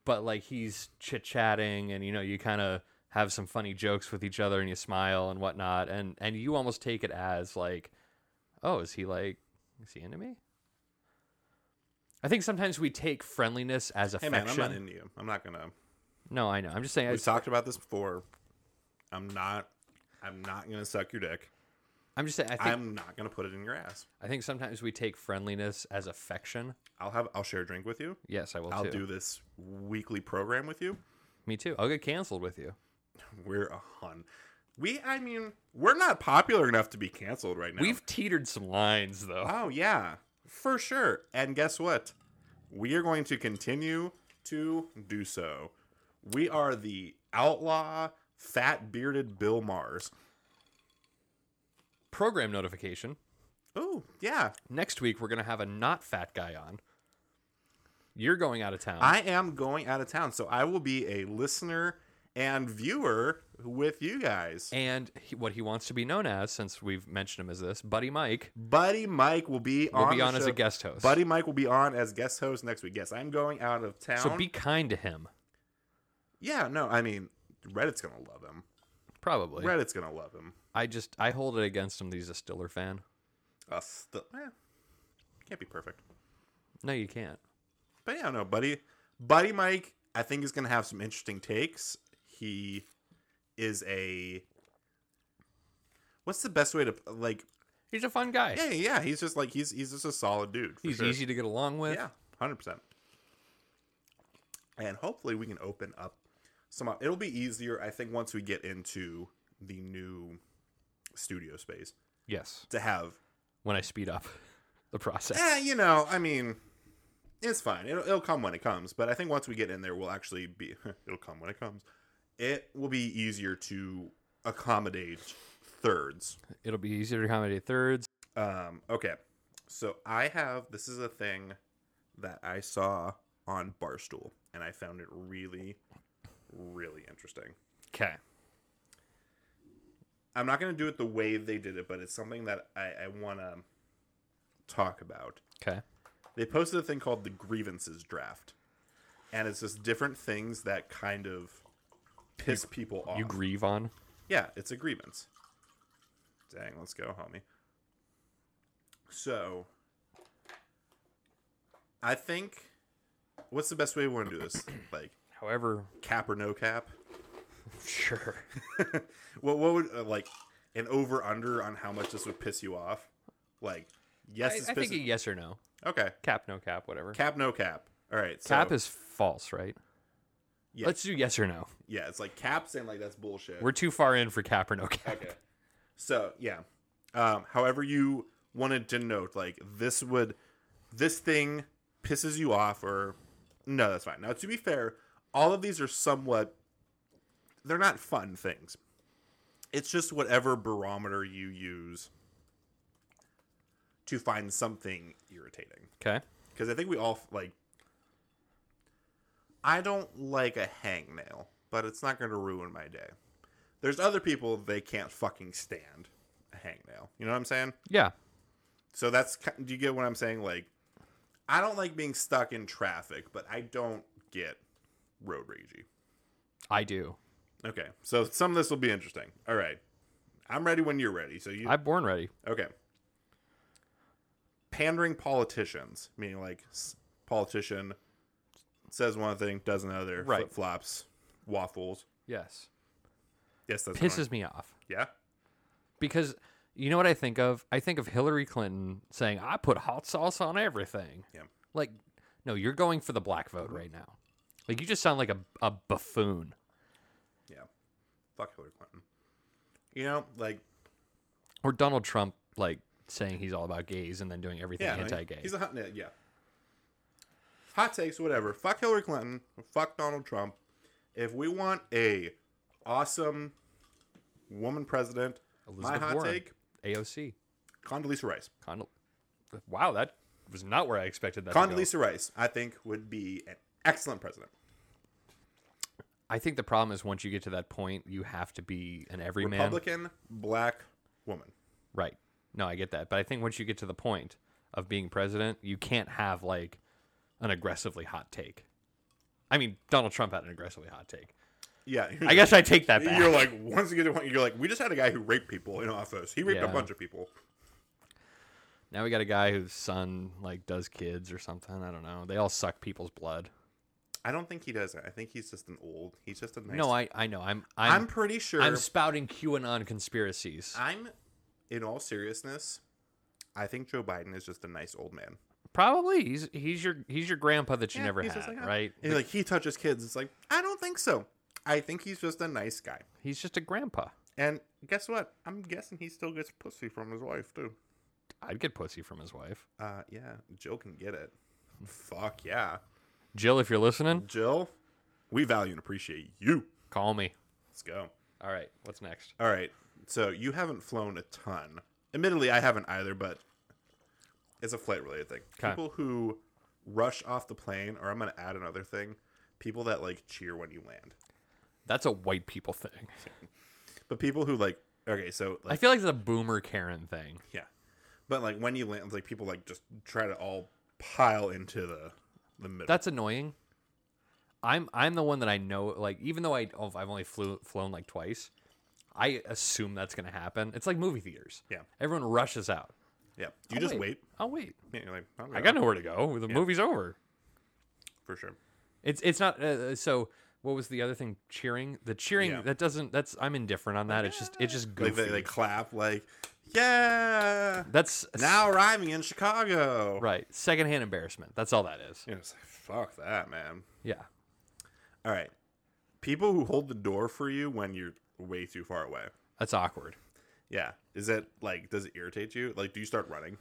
S3: but like he's chit chatting, and you know you kind of have some funny jokes with each other and you smile and whatnot, and and you almost take it as like, oh, is he like, is he into me? I think sometimes we take friendliness as
S2: Hey
S3: affection.
S2: man, I'm not into you. I'm not gonna.
S3: no, I know. I'm just saying. I,
S2: We've talked about this before. I'm not. I'm not gonna suck your dick.
S3: I'm just saying. I think
S2: I'm not gonna put it in your ass.
S3: I think sometimes we take friendliness as affection.
S2: I'll have. I'll share a drink with you.
S3: Yes, I will
S2: I'll
S3: too.
S2: do this weekly program with you.
S3: Me too. I'll get canceled with you.
S2: We're a hun. We. I mean, we're not popular enough to be canceled right now.
S3: We've teetered some lines though.
S2: Oh yeah, for sure. And guess what? We are going to continue to do so. We are the outlaw, fat bearded Bill Mars.
S3: Program notification.
S2: Oh yeah,
S3: Next week we're gonna have a not fat guy on. You're going out of town.
S2: I am going out of town, so I will be a listener and viewer with you guys.
S3: and he, what he wants to be known as, since we've mentioned him as this, Buddy Mike,
S2: Buddy Mike will be
S3: will
S2: on.
S3: be
S2: the
S3: on as a
S2: show.
S3: guest host.
S2: Buddy Mike will be on as guest host next week. Yes, I'm going out of town.
S3: So be kind to him.
S2: yeah, no, I mean Reddit's gonna love him.
S3: Probably.
S2: Reddit's gonna love him.
S3: I just I hold it against him that he's a Stiller fan.
S2: Us still, eh, can't be perfect.
S3: No, you can't.
S2: But yeah, no, buddy, buddy Mike, I think is gonna have some interesting takes. He is a. What's the best way to like?
S3: He's a fun guy.
S2: Yeah, yeah, he's just like he's he's just a solid dude. for
S3: he's
S2: sure.
S3: easy to get along with.
S2: Yeah, hundred percent. And hopefully we can open up some. uh, It'll be easier, I think, once we get into the new studio space
S3: Yes.
S2: to have.
S3: When I speed up the process.
S2: Yeah, Eh, you know, I mean, it's fine. It'll, it'll come when it comes. But I think once we get in there, we'll actually be. It'll come when it comes. It will be easier to accommodate thirds.
S3: It'll be easier to accommodate thirds.
S2: Um, okay. So I have this is a thing that I saw on Barstool and I found it really really interesting.
S3: Okay.
S2: I'm not going to do it the way they did it, but it's something that I, I want to talk about.
S3: Okay.
S2: They posted a thing called the grievances draft. And it's just different things that kind of piss people off.
S3: You grieve on.
S2: Yeah, it's a grievance. Dang, let's go, homie. So, I think what's the best way we want to do this? Like
S3: However,
S2: cap or no cap?
S3: sure.
S2: What what would uh, like an over under on how much this would piss you off? Like yes,
S3: I,
S2: it's
S3: I think a
S2: pissing.
S3: yes or no.
S2: okay,
S3: Cap, no cap, whatever.
S2: cap no cap. All right, so,
S3: Cap is false, right?
S2: Yeah.
S3: Let's do yes or no.
S2: yeah, it's like cap saying like that's bullshit.
S3: We're too far in for cap or no cap.
S2: Okay. So yeah. Um, however you wanted to note, like this would this thing pisses you off or no, that's fine. Now to be fair, all of these are somewhat they're not fun things. It's just whatever barometer you use to find something irritating.
S3: Okay.
S2: Because I think we all like I don't like a hangnail, but it's not going to ruin my day. There's other people they can't fucking stand a hangnail. You know what I'm saying?
S3: Yeah.
S2: So that's ki- do you get what I'm saying? Like, I don't like being stuck in traffic, but I don't get road ragey.
S3: I do.
S2: Okay, so some of this will be interesting. All right, I'm ready when you're ready. So you
S3: I'm born ready.
S2: okay? Pandering politicians, meaning like s- politician says one thing, does another,
S3: Right.
S2: flip flops, waffles.
S3: Yes.
S2: Yes, that's annoying.
S3: Pisses me off.
S2: Yeah.
S3: Because you know what I think of? I think of Hillary Clinton saying, I put hot sauce on everything.
S2: Yeah.
S3: Like, no, you're going for the black vote right now. Like, you just sound like a, a buffoon.
S2: Yeah. Fuck Hillary Clinton. You know, like
S3: Or Donald Trump, like, saying he's all about gays and then doing everything
S2: yeah,
S3: anti gay.
S2: He's a hot yeah. Hot takes, whatever. Fuck Hillary Clinton. Fuck Donald Trump. If we want a awesome woman president, my hot take,
S3: AOC.
S2: Condoleezza Rice.
S3: Condol- wow, that was not where I expected that. to go.
S2: Condoleezza Rice, I think, would be an excellent president.
S3: I think the problem is once you get to that point, you have to be an everyman.
S2: Republican, black woman.
S3: Right. No, I get that. But I think once you get to the point of being president, you can't have like an aggressively hot take. I mean, Donald Trump had an aggressively hot take.
S2: Yeah,
S3: I guess I take that back.
S2: You're like once again, you're like we just had a guy who raped people in office. He raped
S3: Yeah.
S2: a bunch of people.
S3: now we got a guy whose son like does kids or something. I don't know. They all suck people's blood.
S2: I don't think he does that. I think he's just an old. He's just a nice.
S3: No, I I know. I'm I'm
S2: I'm
S3: I'm,
S2: pretty sure.
S3: I'm spouting QAnon conspiracies.
S2: I'm, in all seriousness, I think Joe Biden is just a nice old man.
S3: Probably he's he's your he's your grandpa that you
S2: Yeah,
S3: never
S2: he's
S3: had,
S2: just like, "Ah."
S3: right?
S2: And like he touches kids. It's like I don't think so. I think he's just a nice guy.
S3: He's just a grandpa.
S2: And guess what? I'm guessing he still gets pussy from his wife too.
S3: I'd get pussy from his wife.
S2: Uh, yeah, Jill can get it. Fuck yeah,
S3: Jill, if you're listening,
S2: Jill. We value and appreciate you.
S3: call me.
S2: Let's go.
S3: All right, what's next?
S2: All right. So you haven't flown a ton. Admittedly, I haven't either, but it's a flight related thing.
S3: 'Kay.
S2: People who rush off the plane, or I'm going to add another thing people that like cheer when you land.
S3: That's a white people thing.
S2: But people who like, okay, so
S3: I
S2: like,
S3: feel like it's a boomer Karen thing.
S2: yeah. But like when you land, it's like people like just try to all pile into the, the middle.
S3: That's annoying. I'm I'm the one that I know. Like even though I oh, I've only flew, flown like twice, I assume that's gonna happen. It's like movie theaters.
S2: Yeah.
S3: everyone rushes out.
S2: yeah. You
S3: I'll
S2: just wait.
S3: I'll wait.
S2: Yeah, you're like, "Oh,
S3: I got nowhere to go. The movie's over.
S2: For sure.
S3: It's it's not uh, so. What was the other thing? Cheering. The cheering
S2: Yeah.
S3: that doesn't. That's I'm indifferent on that. It's just it's just goofy.
S2: Like they, they clap, like, yeah.
S3: that's
S2: Now arriving in Chicago.
S3: right. Secondhand embarrassment. That's all that is.
S2: You know, it's like, fuck that, man.
S3: Yeah.
S2: All right. People who hold the door for you when you're way too far away.
S3: That's awkward.
S2: Yeah. Is that like, does it irritate you? Like, do you start running?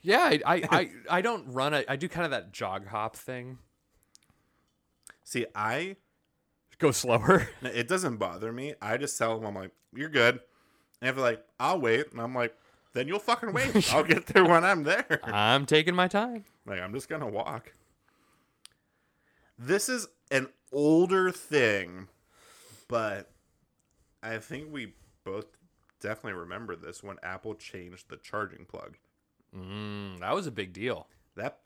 S3: Yeah, I I, I, I don't run. I, I do kind of that jog hop thing.
S2: See, I,
S3: Go slower.
S2: no, it doesn't bother me. I just tell them, I'm like, you're good. And if they're like, I'll wait. And I'm like, then you'll fucking wait. I'll get there when I'm there.
S3: I'm taking my time.
S2: Like, I'm just going to walk. This is an older thing, but I think we both definitely remember this when Apple changed the charging plug.
S3: Mm, that was a big deal.
S2: that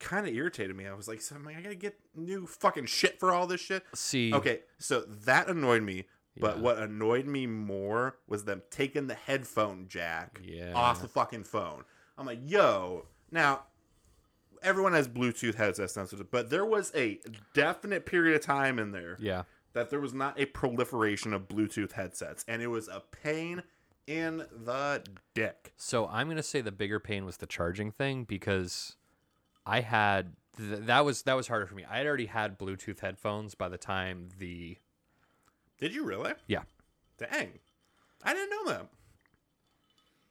S2: kind of irritated me. I was like, so I'm like, I gotta get new fucking shit for all this shit.
S3: See,
S2: Okay, so that annoyed me. But
S3: Yeah.
S2: what annoyed me more was them taking the headphone jack
S3: Yeah.
S2: off the fucking phone. I'm like, yo, now everyone has Bluetooth headsets now, so- but there was a definite period of time in there
S3: yeah,
S2: that there was not a proliferation of Bluetooth headsets, and it was a pain in the dick.
S3: So I'm gonna say the bigger pain was the charging thing because I had th- that was that was harder for me. I had already had Bluetooth headphones by the time the
S2: Did you really?
S3: yeah
S2: Dang, I didn't know that.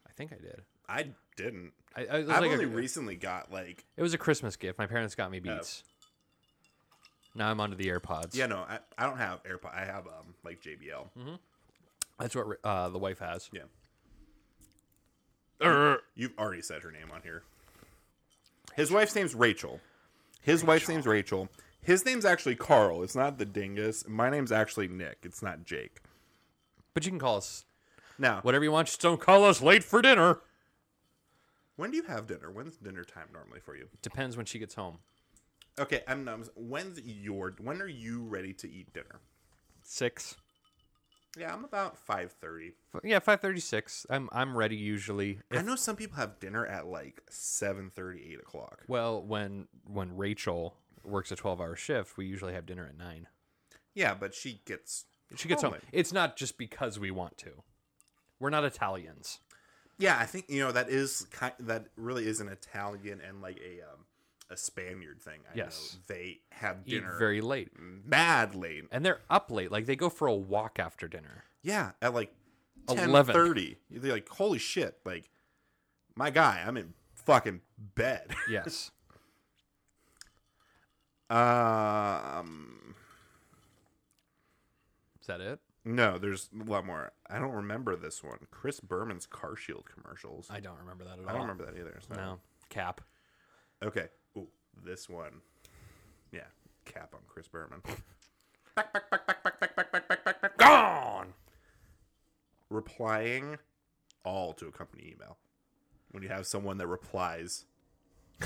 S3: I think I did.
S2: I didn't.
S3: I, I it was
S2: I've
S3: like
S2: only
S3: a,
S2: recently got like
S3: it was a Christmas gift. My parents got me Beats. Now I'm onto the AirPods.
S2: yeah no I, I don't have AirPod I have um like JBL
S3: that's what uh, the wife has.
S2: yeah. Err. You've already said her name on here. His wife's name's Rachel. His wife's name's Rachel. His name's actually Carl. It's not the dingus. My name's actually Nick. It's not Jake.
S3: But you can call us
S2: Now,
S3: whatever you want. Just don't call us late for dinner.
S2: when do you have dinner? When's dinner time normally for you?
S3: Depends when she gets home.
S2: Okay, I'm numb. When's your when are you ready to eat dinner?
S3: Six.
S2: Yeah, I'm about 5:30.
S3: F- Yeah, five thirty six. I'm I'm ready usually.
S2: I know some people have dinner at like 7:30, 8 o'clock.
S3: Well, when when Rachel works a twelve hour shift, we usually have dinner at nine.
S2: Yeah, but she gets
S3: She gets home.
S2: late.
S3: It's not just because we want to. We're not Italians.
S2: Yeah, I think you know that is ki- that really is an Italian and like a um, a Spaniard thing. I
S3: Yes.
S2: know they have
S3: Eat
S2: dinner
S3: very late,
S2: mad late.
S3: and they're up late. Like they go for a walk after dinner.
S2: Yeah, at like
S3: 11.
S2: 10:30. They're like, holy shit! Like, my guy, I'm in fucking bed.
S3: Yes.
S2: um,
S3: Is that it?
S2: no, there's a lot more. I don't remember this one. Chris Berman's car shield commercials. I,
S3: I don't remember that at all.
S2: don't remember that either. So.
S3: No cap.
S2: Okay. Ooh, this one. Yeah, cap on Chris Berman.
S3: Gone.
S2: Replying all to a company email. When you have someone that replies,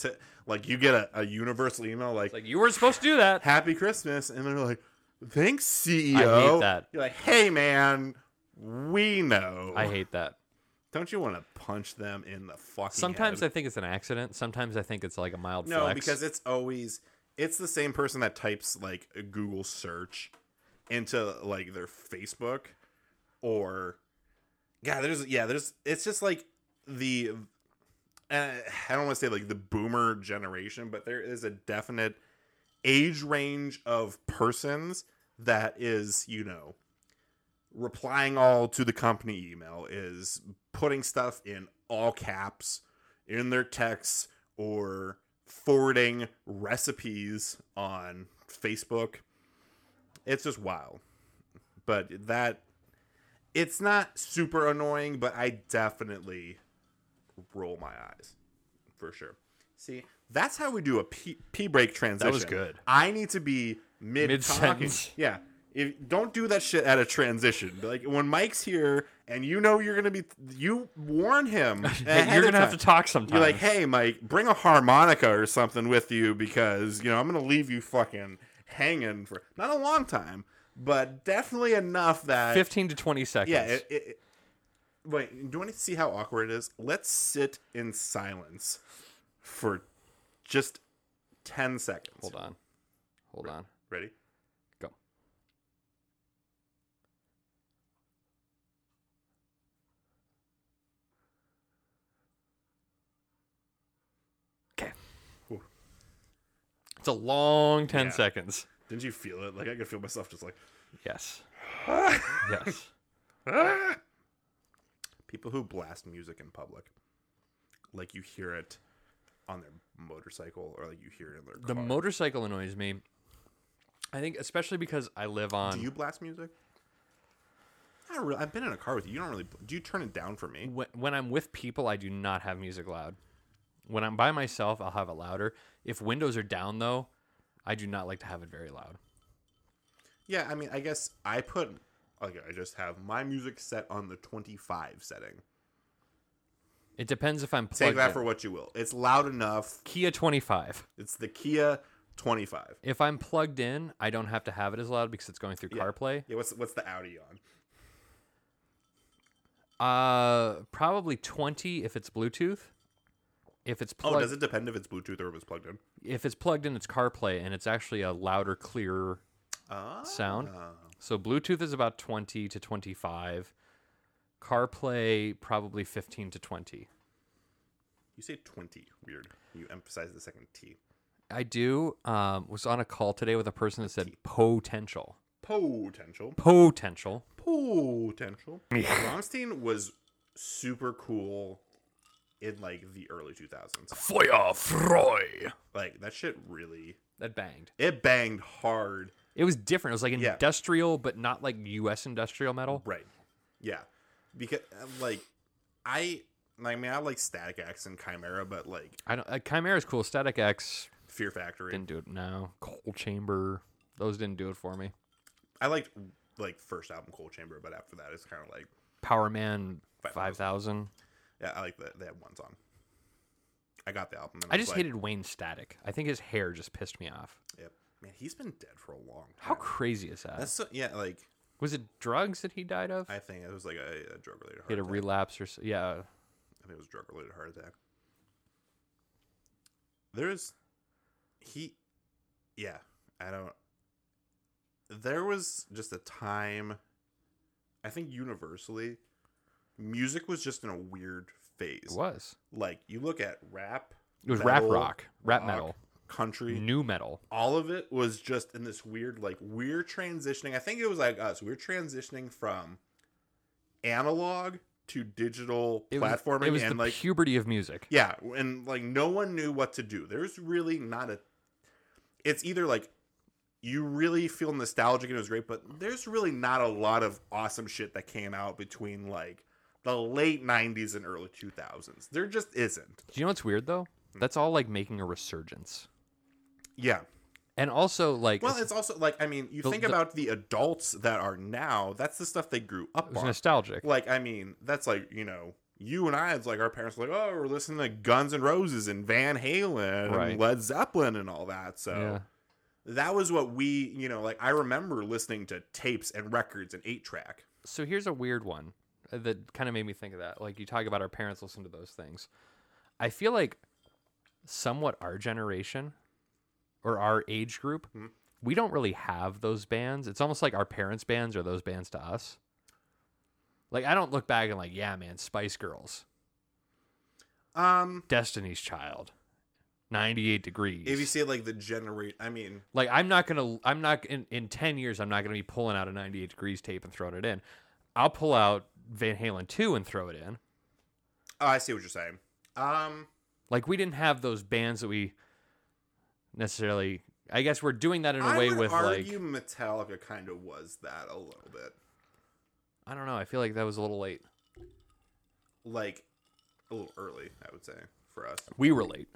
S2: to, like you get a, a universal email like,
S3: Like you were supposed to do that.
S2: "Happy Christmas," and they're like, Thanks, CEO.
S3: that.
S2: You're like, hey, man, we know.
S3: I hate that.
S2: Don't you want to punch them in the fucking?
S3: Sometimes
S2: head?
S3: I think it's an accident. Sometimes I think it's like a mild
S2: no,
S3: flex.
S2: because it's always it's the same person that types like a Google search into like their Facebook or yeah, there's yeah, there's it's just like the uh, I don't want to say like the boomer generation, but there is a definite age range of persons that is, you know, replying all to the company email is putting stuff in all caps in their texts or forwarding recipes on Facebook. It's just wild. But that it's not super annoying, but I definitely roll my eyes for sure. See, that's how we do a pee, pee break transition.
S3: was good.
S2: I need to be mid talking.
S3: Mid-sentence.
S2: Yeah. If, don't do that shit at a transition. Like when Mike's here and you know you're gonna be, you warn him.
S3: Hey, you're gonna have to talk sometimes.
S2: You're like, hey, Mike, bring a harmonica or something with you because you know I'm gonna leave you fucking hanging for not a long time, but definitely enough that
S3: fifteen to twenty seconds.
S2: yeah. It, it, it- wait, do you want to see how awkward it is? Let's sit in silence for just ten seconds.
S3: Hold on. Hold on.
S2: Ready?
S3: Go. Okay.
S2: Whew.
S3: It's a long 10
S2: Yeah.
S3: seconds.
S2: Didn't you feel it? Like I could feel myself just like.
S3: Yes. yes.
S2: people who blast music in public like you hear it on their motorcycle or like you hear it in their car.
S3: The motorcycle annoys me. I think especially because I live on
S2: do you blast music I don't really, I've been in a car with you. You don't really. Do you turn it down for me?
S3: when, when I'm with people, I do not have music loud. When I'm by myself, I'll have it louder. If windows are down though, I do not like to have it very loud.
S2: Yeah, I mean, I guess I put. Okay, I just have my music set on the 25 setting.
S3: It depends if I'm plugged
S2: Take that
S3: in.
S2: for what you will. It's loud enough.
S3: Kia 25.
S2: It's the Kia 25.
S3: If I'm plugged in, I don't have to have it as loud because it's going through CarPlay.
S2: Yeah, what's what's the Audi on?
S3: Uh, probably 20 if it's Bluetooth. If it's
S2: Oh,
S3: plugged,
S2: does it depend if it's Bluetooth or if it's plugged in?
S3: if it's plugged in, it's CarPlay, and it's actually a louder, clearer
S2: Ah.
S3: sound. So Bluetooth is about 20 to 25. CarPlay probably 15 to 20.
S2: You say 20. Weird. You emphasize the second T.
S3: I do um, was on a call today with a person that said potential.
S2: Potential.
S3: Potential.
S2: Potential. Rammstein was super cool in like the early 2000s.
S3: Feuer Freud.
S2: Like that shit really
S3: That banged.
S2: it banged hard.
S3: It was different. It was like
S2: Yeah.
S3: industrial, but not like U.S. industrial metal.
S2: Right. Yeah. Because uh, like I I mean I like Static X and Chimera but like
S3: I don't. Uh, Chimera's cool. Static X
S2: Fear Factory.
S3: didn't do it. No. Cold Chamber. Those didn't do it for me.
S2: I liked like first album Cold Chamber but after that it's kind of like
S3: Power Man
S2: Five
S3: Five Thousand.
S2: yeah I like that they had one song. I got the album. And
S3: I
S2: was
S3: just
S2: like,
S3: hated Wayne Static. I think his hair just pissed me off.
S2: Yep. Man, he's been dead for a long time.
S3: How crazy is that?
S2: That's so, yeah, like
S3: Was it drugs that he died of?
S2: I think it was like a, a drug related
S3: he
S2: heart
S3: had a
S2: attack.
S3: relapse or so. yeah.
S2: I think it was drug related heart attack. There's he yeah, I don't there was just a time I think universally music was just in a weird phase.
S3: It was.
S2: Like you look at rap,
S3: It was rap
S2: metal,
S3: rock, rap metal.
S2: country,
S3: New metal.
S2: all of it was just in this weird like we're transitioning i think it was like us we're transitioning from analog to digital
S3: It was-
S2: platforming
S3: It was
S2: and
S3: the
S2: like
S3: puberty of music.
S2: yeah and like no one knew what to do there's really not a it's either like you really feel nostalgic and it was great but there's really not a lot of awesome shit that came out between like the late 90s and early 2000s there just isn't
S3: Do you know what's weird though?
S2: Hmm.
S3: That's all like making a resurgence.
S2: yeah
S3: And also like
S2: Well,
S3: it's,
S2: it's also like I mean, you
S3: The-
S2: think
S3: the-
S2: about the adults that are now. That's the stuff they grew
S3: it
S2: up
S3: was
S2: on.
S3: nostalgic.
S2: Like I mean, that's like you know, you and I. It's like our parents were like, oh, we're listening to Guns and Roses and Van Halen
S3: Right.
S2: and Led Zeppelin and all that. So
S3: yeah.
S2: that was what we, you know, like I remember listening to tapes and records and eight track.
S3: So here's a weird one uh, that kind of made me think of that. Like you talk about our parents listen to those things. I feel like somewhat our generation or our age group, we don't really have those bands. It's almost like our parents' bands are those bands to us. Like I don't look back and like, yeah, man, Spice Girls,
S2: Um,
S3: Destiny's Child, 98 Degrees.
S2: if you see like the generate, I mean,
S3: Like I'm not gonna I'm not in, in ten years I'm not gonna be pulling out a 98 degrees tape and throwing it in. I'll pull out Van Halen two and throw it in.
S2: oh, I see what you're saying. Um,
S3: Like we didn't have those bands that we necessarily. I guess we're doing that in a
S2: I
S3: way
S2: would
S3: with
S2: argue
S3: like
S2: Metallica kind of was that a little bit,
S3: I don't know. I feel like that was a little late.
S2: like a little early, I would say for us.
S3: We were late.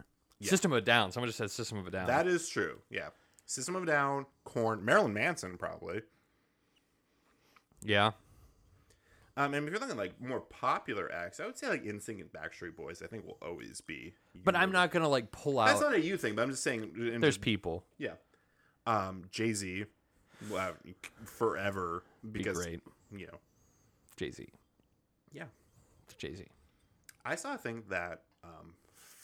S3: System of a Down. Someone just said System of a Down.
S2: That is true. Yeah, System of a Down, Corn, Marilyn Manson probably.
S3: yeah.
S2: Um, and if you're looking like more popular acts, I would say like NSYNC and Backstreet Boys. I think will always be.
S3: But
S2: your-
S3: I'm not gonna like pull out.
S2: That's not a you thing, but I'm just saying. in-
S3: there's people.
S2: Yeah. Um, Jay Z, well, forever because
S3: great.
S2: you know.
S3: Jay Z.
S2: Yeah.
S3: It's Jay Z.
S2: I saw a thing that um,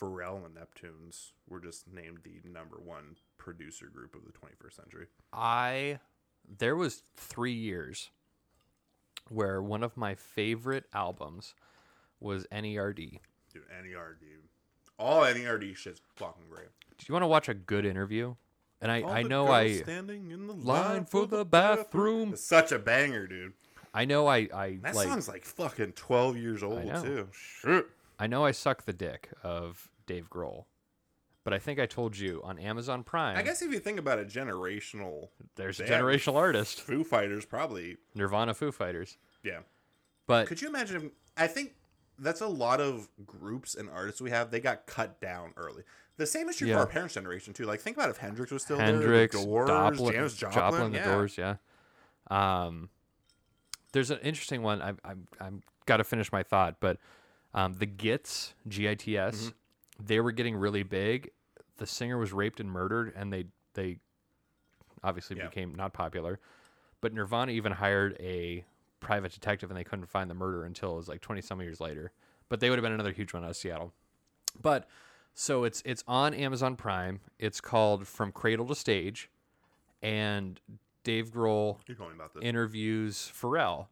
S2: Pharrell and Neptunes were just named the number one producer group of the 21st century.
S3: I there was three years where one of my favorite albums was E NERD. Do
S2: Dude, NER, dude. All NERD shit's fucking great.
S3: you want to watch a good interview? And I,
S2: All
S3: I
S2: the
S3: know
S2: girls
S3: I
S2: standing in the
S3: line for the bathroom.
S2: It's such a banger, dude.
S3: I know I I
S2: That
S3: like
S2: song's like fucking 12 years old
S3: know.
S2: too. Shit.
S3: I know I suck the dick of Dave Grohl, but I think I told you on Amazon Prime.
S2: I guess if you think about a generational
S3: there's a
S2: band,
S3: generational artist,
S2: Foo Fighters probably.
S3: Nirvana, Foo Fighters,
S2: Yeah.
S3: but
S2: Could you imagine? If, I think that's a lot of groups and artists we have. They got cut down early. The same is true
S3: Yeah.
S2: for our parents' generation too. Like think about if Hendrix was still
S3: Hendrix,
S2: there, the Doors,
S3: Doppler-
S2: Janis Joplin,
S3: the
S2: yeah.
S3: Doors, yeah. Um, there's an interesting one. I'm I'm I'm got to finish my thought, but um, the Gits, G I T S,
S2: Mm-hmm.
S3: they were getting really big. The singer was raped and murdered, and they they obviously
S2: Yeah.
S3: became not popular. But Nirvana even hired a private detective, and they couldn't find the murder until it was like twenty some years later. But they would have been another huge one out of Seattle. But so it's it's on Amazon Prime. It's called From Cradle to Stage, and Dave Grohl
S2: You're going about this.
S3: interviews Pharrell.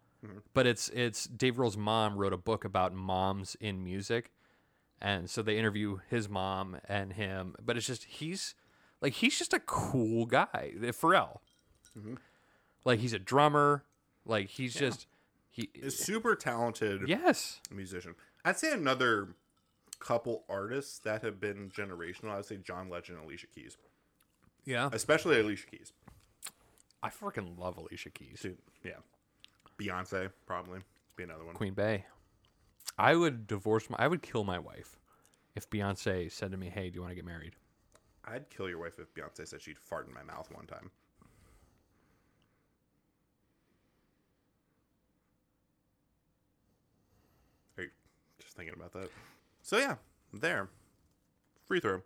S3: But it's it's Dave Grohl's mom wrote a book about moms in music, and so they interview his mom and him. But it's just he's like he's just a cool guy, the Pharrell. Like he's a drummer. Like he's just he.
S2: A super talented
S3: Yes,
S2: musician. I'd say another couple artists that have been generational. I'd say John Legend and Alicia Keys,
S3: yeah.
S2: especially Alicia Keys.
S3: I freaking love Alicia Keys.
S2: Dude, yeah, Beyonce probably be another one.
S3: Queen Bay. I would divorce my. I would kill my wife if Beyonce said to me, "Hey, do you want to get married?"
S2: I'd kill your wife if Beyonce said she'd fart in my mouth one time. Are you just thinking about that? So yeah, there. Free throw.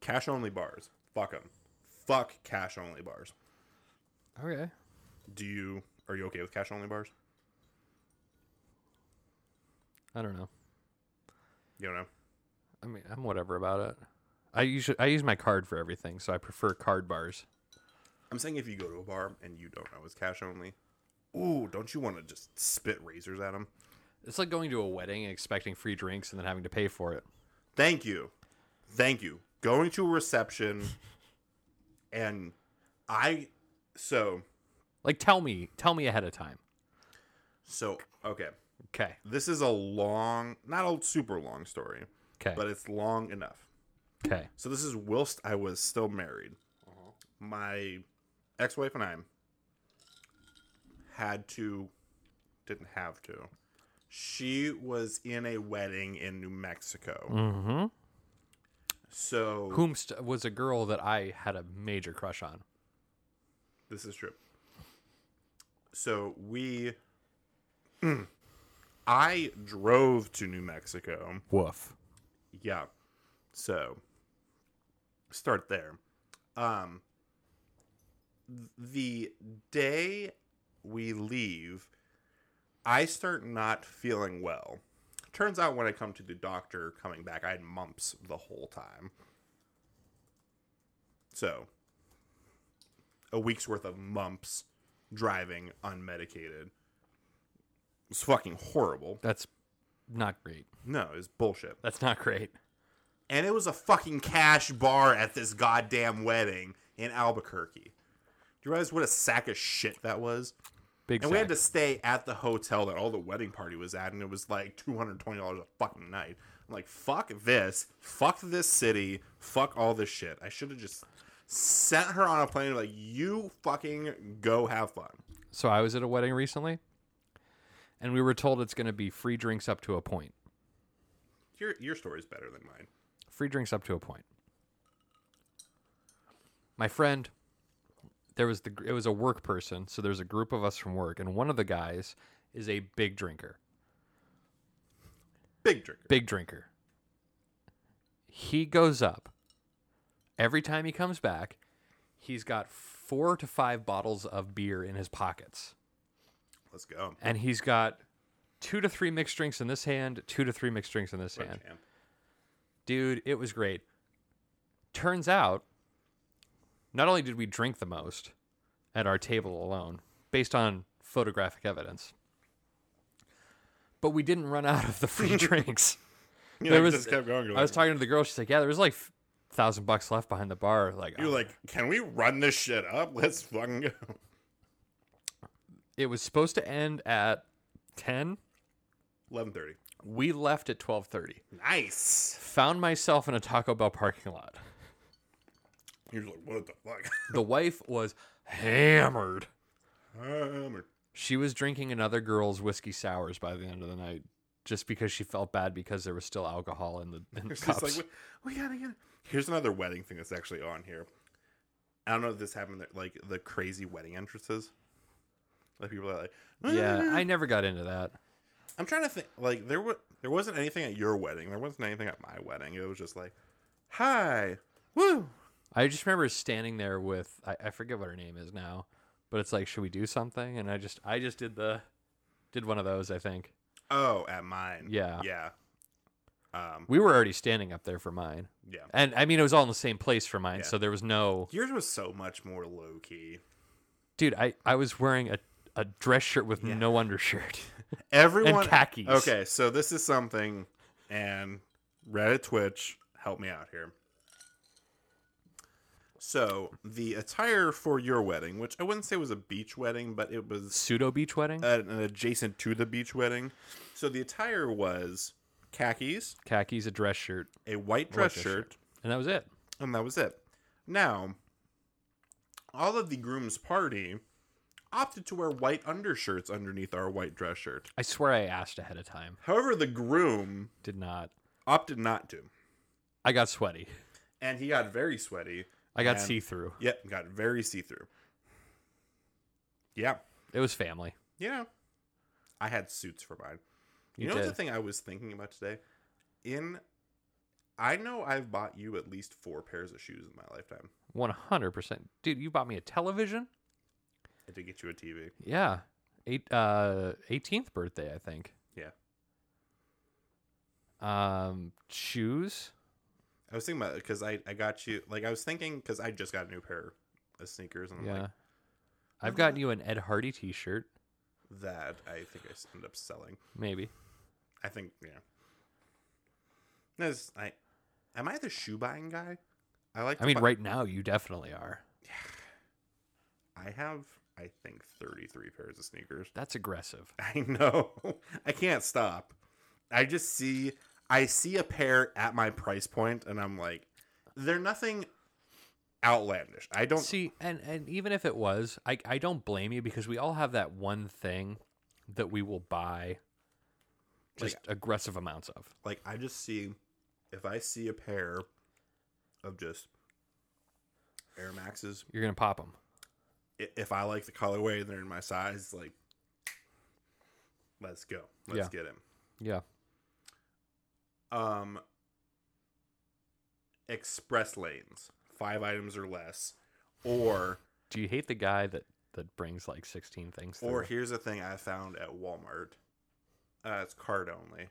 S2: Cash only bars. Fuck them. Fuck cash only bars.
S3: Okay.
S2: Do you are you okay with cash only bars?
S3: I don't know.
S2: You don't know.
S3: I mean, I'm whatever about it. I usually I use my card for everything, so I prefer card bars.
S2: I'm saying if you go to a bar and you don't know it's cash only, ooh, don't you want to just spit razors at them?
S3: It's like going to a wedding and expecting free drinks and then having to pay for it.
S2: Thank you. Thank you. Going to a reception and I so
S3: Like, tell me, tell me ahead of time.
S2: so okay.
S3: Okay.
S2: This is a long not a super long story,
S3: Okay.
S2: but it's long enough.
S3: Okay.
S2: So this is whilst I was still married. My ex-wife and I had to didn't have to. She was in a wedding in New Mexico.
S3: Mm.
S2: Mm-hmm. So
S3: Whomst was a girl that I had a major crush on.
S2: This is true. So we, I drove to New Mexico.
S3: Woof.
S2: Yeah. So start there. Um, the day we leave, I start not feeling well. Turns out when I come to the doctor coming back, I had mumps the whole time. So, a week's worth of mumps driving unmedicated. It's fucking horrible.
S3: That's not great.
S2: No, it's bullshit.
S3: That's not great.
S2: And it was a fucking cash bar at this goddamn wedding in Albuquerque. Do you realize what a sack of shit that was?
S3: Big.
S2: And we had to
S3: sack.
S2: stay at the hotel that all the wedding party was at, and it was like two hundred twenty dollars a fucking night. I'm like, fuck this, fuck this city, fuck all this shit. I should have just sent her on a plane. Like, you fucking go have fun.
S3: So I was at a wedding recently, and we were told it's going to be free drinks up to a point.
S2: Your your story's better than mine.
S3: Free drinks up to a point. My friend, there was the gr- it was a work person, so there's a group of us from work, and one of the guys is a big drinker.
S2: Big drinker.
S3: Big drinker. He goes up. Every time he comes back, he's got four to five bottles of beer in his pockets.
S2: Let's go.
S3: and he's got two to three mixed drinks in this hand, two to three mixed drinks in this hand.
S2: Champ.
S3: Dude, it was great. Turns out, not only did we drink the most at our table alone, based on photographic evidence, but we didn't run out of the free drinks.
S2: You
S3: There
S2: like,
S3: was-
S2: just kept going. You're
S3: I was
S2: like-
S3: talking to the girl. She's like, "Yeah, there was like thousand bucks left behind the bar." Like,
S2: You're
S3: oh.
S2: like, can we run this shit up? Let's fucking go.
S3: it was supposed to end at ten.
S2: Eleven thirty.
S3: We left at twelve thirty.
S2: Nice.
S3: Found myself in a Taco Bell parking lot.
S2: You're like, what the fuck?
S3: the wife was hammered.
S2: Hammer.
S3: She was drinking another girl's whiskey sours by the end of the night, just because she felt bad because there was still alcohol in the, in the
S2: It's just
S3: cups.
S2: like, we, we gotta get. Here's another wedding thing that's actually on here. I don't know if this happened. That, like the crazy wedding entrances. Like people are like,
S3: yeah,
S2: "Ah."
S3: I never got into that.
S2: I'm trying to think. Like there was there wasn't anything at your wedding. There wasn't anything at my wedding. It was just like, hi, woo.
S3: I just remember standing there with I, I forget what her name is now, but it's like, should we do something? And I just I just did the did one of those. I think
S2: Oh, at mine.
S3: Yeah.
S2: Yeah. Um.
S3: we were already standing up there for mine,
S2: Yeah.
S3: and I mean it was all in the same place for mine,
S2: Yeah.
S3: so there was no
S2: Yours was so much more low key.
S3: dude. I I was wearing a a dress shirt with
S2: Yeah.
S3: no undershirt.
S2: Everyone
S3: khakis.
S2: Okay, so this is something, and Reddit, Twitch, help me out here. So the attire for your wedding, which I wouldn't say was a beach wedding, but it was
S3: Pseudo beach wedding,
S2: an an adjacent to the beach wedding. So the attire was khakis,
S3: khakis, a dress shirt.
S2: a white dress
S3: dress
S2: shirt,
S3: shirt. and that was it.
S2: and that was it. Now, all of the groom's party opted to wear white undershirts underneath our white dress shirt.
S3: I swear I asked ahead of time.
S2: However, the groom
S3: Did not.
S2: opted not to.
S3: I got sweaty.
S2: and he got very sweaty.
S3: I got
S2: And-
S3: see through.
S2: Yep, got very see through. Yeah,
S3: It was family.
S2: yeah. I had suits for mine. You,
S3: You
S2: know what's the
S3: did.
S2: thing I was thinking about today? In, I know I've bought you at least four pairs of shoes in my lifetime.
S3: One hundred percent, dude. You bought me a television.
S2: I did get you a TV.
S3: Yeah, eight uh eighteenth birthday, I think.
S2: Yeah,
S3: Um, shoes.
S2: I was thinking about it because I I got you like I was thinking because I just got a new pair of sneakers and I'm
S3: Yeah,
S2: like
S3: I've gotten you an Ed Hardy T-shirt,
S2: that I think I s- ended up selling.
S3: maybe.
S2: I think yeah. This I am I the shoe buying guy? I like.
S3: I
S2: to
S3: mean,
S2: buy-
S3: right now you definitely are.
S2: I have, I think, 33 pairs of sneakers.
S3: That's aggressive.
S2: I know. I can't stop. I just see, I see a pair at my price point, and I'm like, they're nothing outlandish. I don't.
S3: See, and and even if it was, I I don't blame you because we all have that one thing that we will buy just aggressive amounts of.
S2: like I just see if I see a pair of just Air Maxes,
S3: You're gonna pop them.
S2: i- if I like the colorway and they're in my size, like, let's go, let's
S3: Yeah.
S2: get him.
S3: Yeah.
S2: um express lanes five items or less or
S3: do you hate the guy that that brings like 16 things
S2: Or
S3: through?
S2: here's a thing I found at Walmart. Uh, it's card only.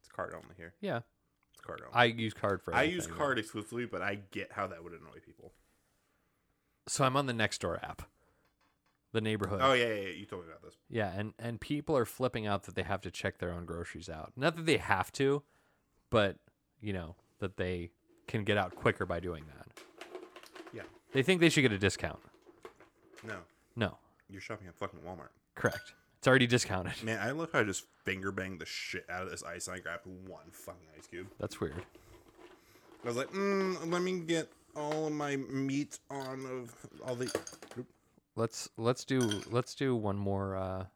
S2: It's card only here.
S3: yeah
S2: It's card only.
S3: Oh. i use card for
S2: I use
S3: everything, but-
S2: card exclusively, but I get how that would annoy people.
S3: so i'm on the next door app the neighborhood
S2: Oh yeah, yeah, yeah, you told me about this.
S3: Yeah, and and people are flipping out that they have to check their own groceries out. Not that they have to, but you know that they can get out quicker by doing that.
S2: Yeah.
S3: They think they should get a discount.
S2: No,
S3: No,
S2: you're shopping at fucking Walmart.
S3: correct. It's already discounted.
S2: Man, I love how I just finger banged the shit out of this ice and I grabbed one fucking ice cube.
S3: That's weird.
S2: I was like, mm, let me get all of my meat on of all the. Oop.
S3: Let's let's do let's do one more uh,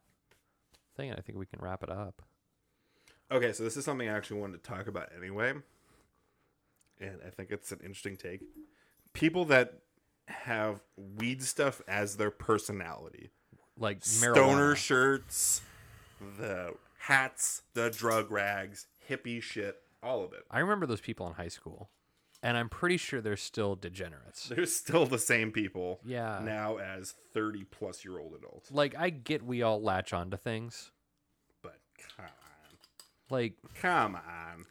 S3: thing, and I think we can wrap it up.
S2: Okay, so this is something I actually wanted to talk about anyway. And I think it's an interesting take. People that have weed stuff as their personality.
S3: Like
S2: Stoner
S3: marijuana.
S2: shirts, the hats, the drug rags, hippie shit, all of it.
S3: I remember those people in high school, and I'm pretty sure they're still degenerates.
S2: They're still the same people
S3: Yeah.
S2: now as 30 plus year old adults.
S3: Like I get we all latch onto things.
S2: But come on.
S3: Like
S2: Come on.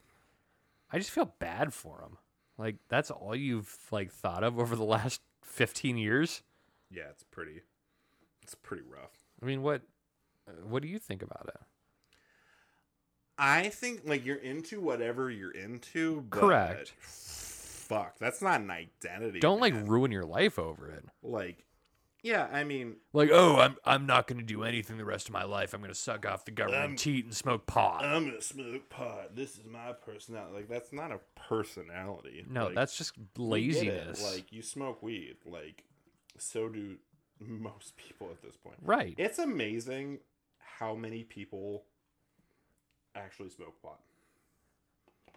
S3: I just feel bad for him. Like that's all you've like thought of over the last 15 years.
S2: Yeah, it's pretty. It's pretty rough.
S3: I mean, what uh, what do you think about it?
S2: I think like you're into whatever you're into. But
S3: Correct.
S2: Fuck, that's not an identity.
S3: Don't like
S2: man.
S3: ruin your life over it.
S2: like. Yeah, I mean,
S3: Like, oh, I'm I'm not going to do anything the rest of my life. I'm going to suck off the government,
S2: Um,
S3: cheat, and smoke pot.
S2: I'm gonna smoke pot. This is my personality. Like that's not a personality.
S3: no,
S2: Like,
S3: that's just
S2: we get it.
S3: laziness.
S2: Like you smoke weed. Like so do most people at this point.
S3: right.
S2: It's amazing how many people actually smoke pot.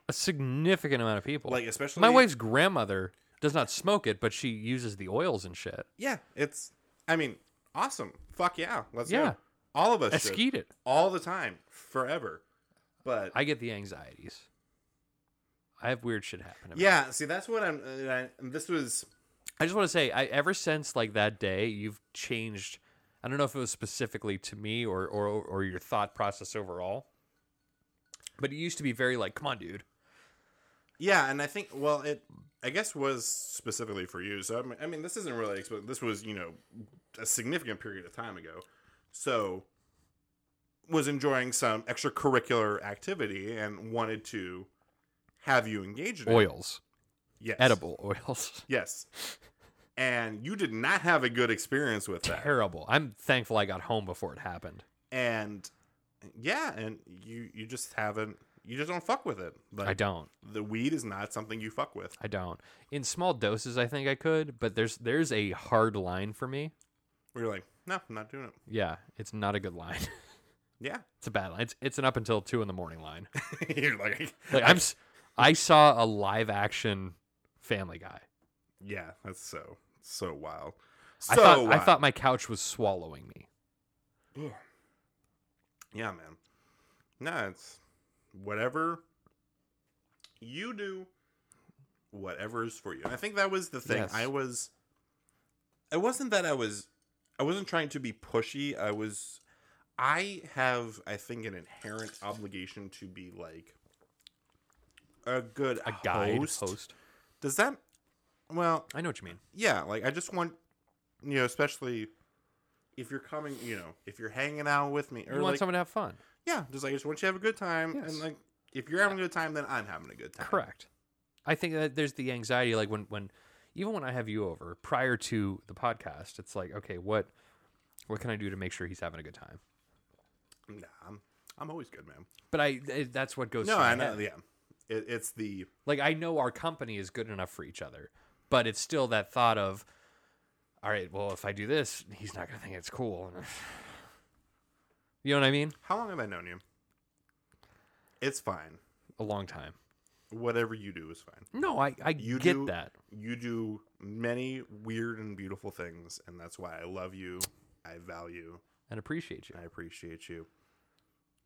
S3: a significant amount of people.
S2: Like especially
S3: my wife's grandmother does not smoke it, but she uses the oils and shit.
S2: Yeah, it's. I mean, awesome. Fuck yeah, let's
S3: Yeah.
S2: go. All of us
S3: I
S2: should.
S3: skeet it.
S2: all the time, forever. But
S3: I get the anxieties. I have weird shit happen. to me.
S2: yeah, see, that's what I'm. and I, and this was
S3: I just want to say, I ever since like that day, you've changed. I don't know if it was specifically to me or or or your thought process overall, but it used to be very like, "Come on, dude."
S2: yeah, and I think well, it I guess was specifically for you. So I mean, I mean this isn't really. exp- This was you know a significant period of time ago. So was enjoying some extracurricular activity and wanted to have you engage in it.
S3: Oils,
S2: yes,
S3: edible oils,
S2: yes. And you did not have a good experience with that.
S3: terrible. I'm thankful I got home before it happened.
S2: and yeah and you you just haven't you just don't fuck with it like
S3: I don't.
S2: the weed is not something you fuck with
S3: I don't. In small doses, I think I could, but there's there's a hard line for me.
S2: where you're like no i'm not doing it
S3: Yeah, it's not a good line.
S2: yeah
S3: it's a bad line. It's it's an up until two in the morning line.
S2: you're like
S3: Like I'm, s- I saw a live action Family Guy.
S2: yeah that's so so wild so uh,
S3: I thought I
S2: wild.
S3: thought my couch was swallowing me.
S2: yeah man no it's whatever you do whatever is for you and i think that was the thing
S3: Yes.
S2: i was it wasn't that i was i wasn't trying to be pushy i was i have i think an inherent obligation to be like a good
S3: A guide
S2: host.
S3: host.
S2: does that well
S3: I know what you mean.
S2: yeah like i just want you know especially if you're coming you know if you're hanging out with me or
S3: You want
S2: like,
S3: someone to have fun.
S2: yeah, just like I just want you to have a good time,
S3: Yes.
S2: and like if you're having a good time, then I'm having a good time.
S3: Correct. I think that there's the anxiety, like when when even when I have you over prior to the podcast, it's like, okay, what what can I do to make sure he's having a good time?
S2: Nah, I'm, I'm always good, man.
S3: But I it- that's what goes.
S2: No,
S3: through my
S2: I know.
S3: head.
S2: Yeah, it, it's the
S3: Like I know our company is good enough for each other, but it's still that thought of, all right, well, if I do this, he's not gonna think it's cool. you know what I mean?
S2: how long have I known you? It's fine.
S3: A long time.
S2: Whatever you do is fine.
S3: No, I I
S2: You
S3: get
S2: do-
S3: that.
S2: You do many weird and beautiful things, and that's why I love you. I value.
S3: and appreciate you.
S2: I appreciate you.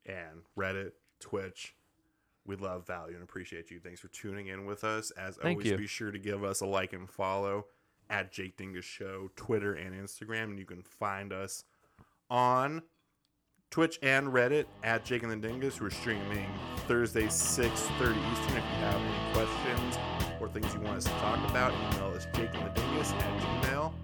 S2: And Reddit, Twitch, we love, value, and appreciate you. Thanks for tuning in with us. As
S3: Thank
S2: always,
S3: you.
S2: be sure to give us a like and follow. at Jake Dingus Show, Twitter and Instagram, and you can find us on Twitch and Reddit at Jake and the Dingus. We're streaming Thursday, 6.30 Eastern. If you have any questions or things you want us to talk about, email us Jake and the Dingus at Gmail.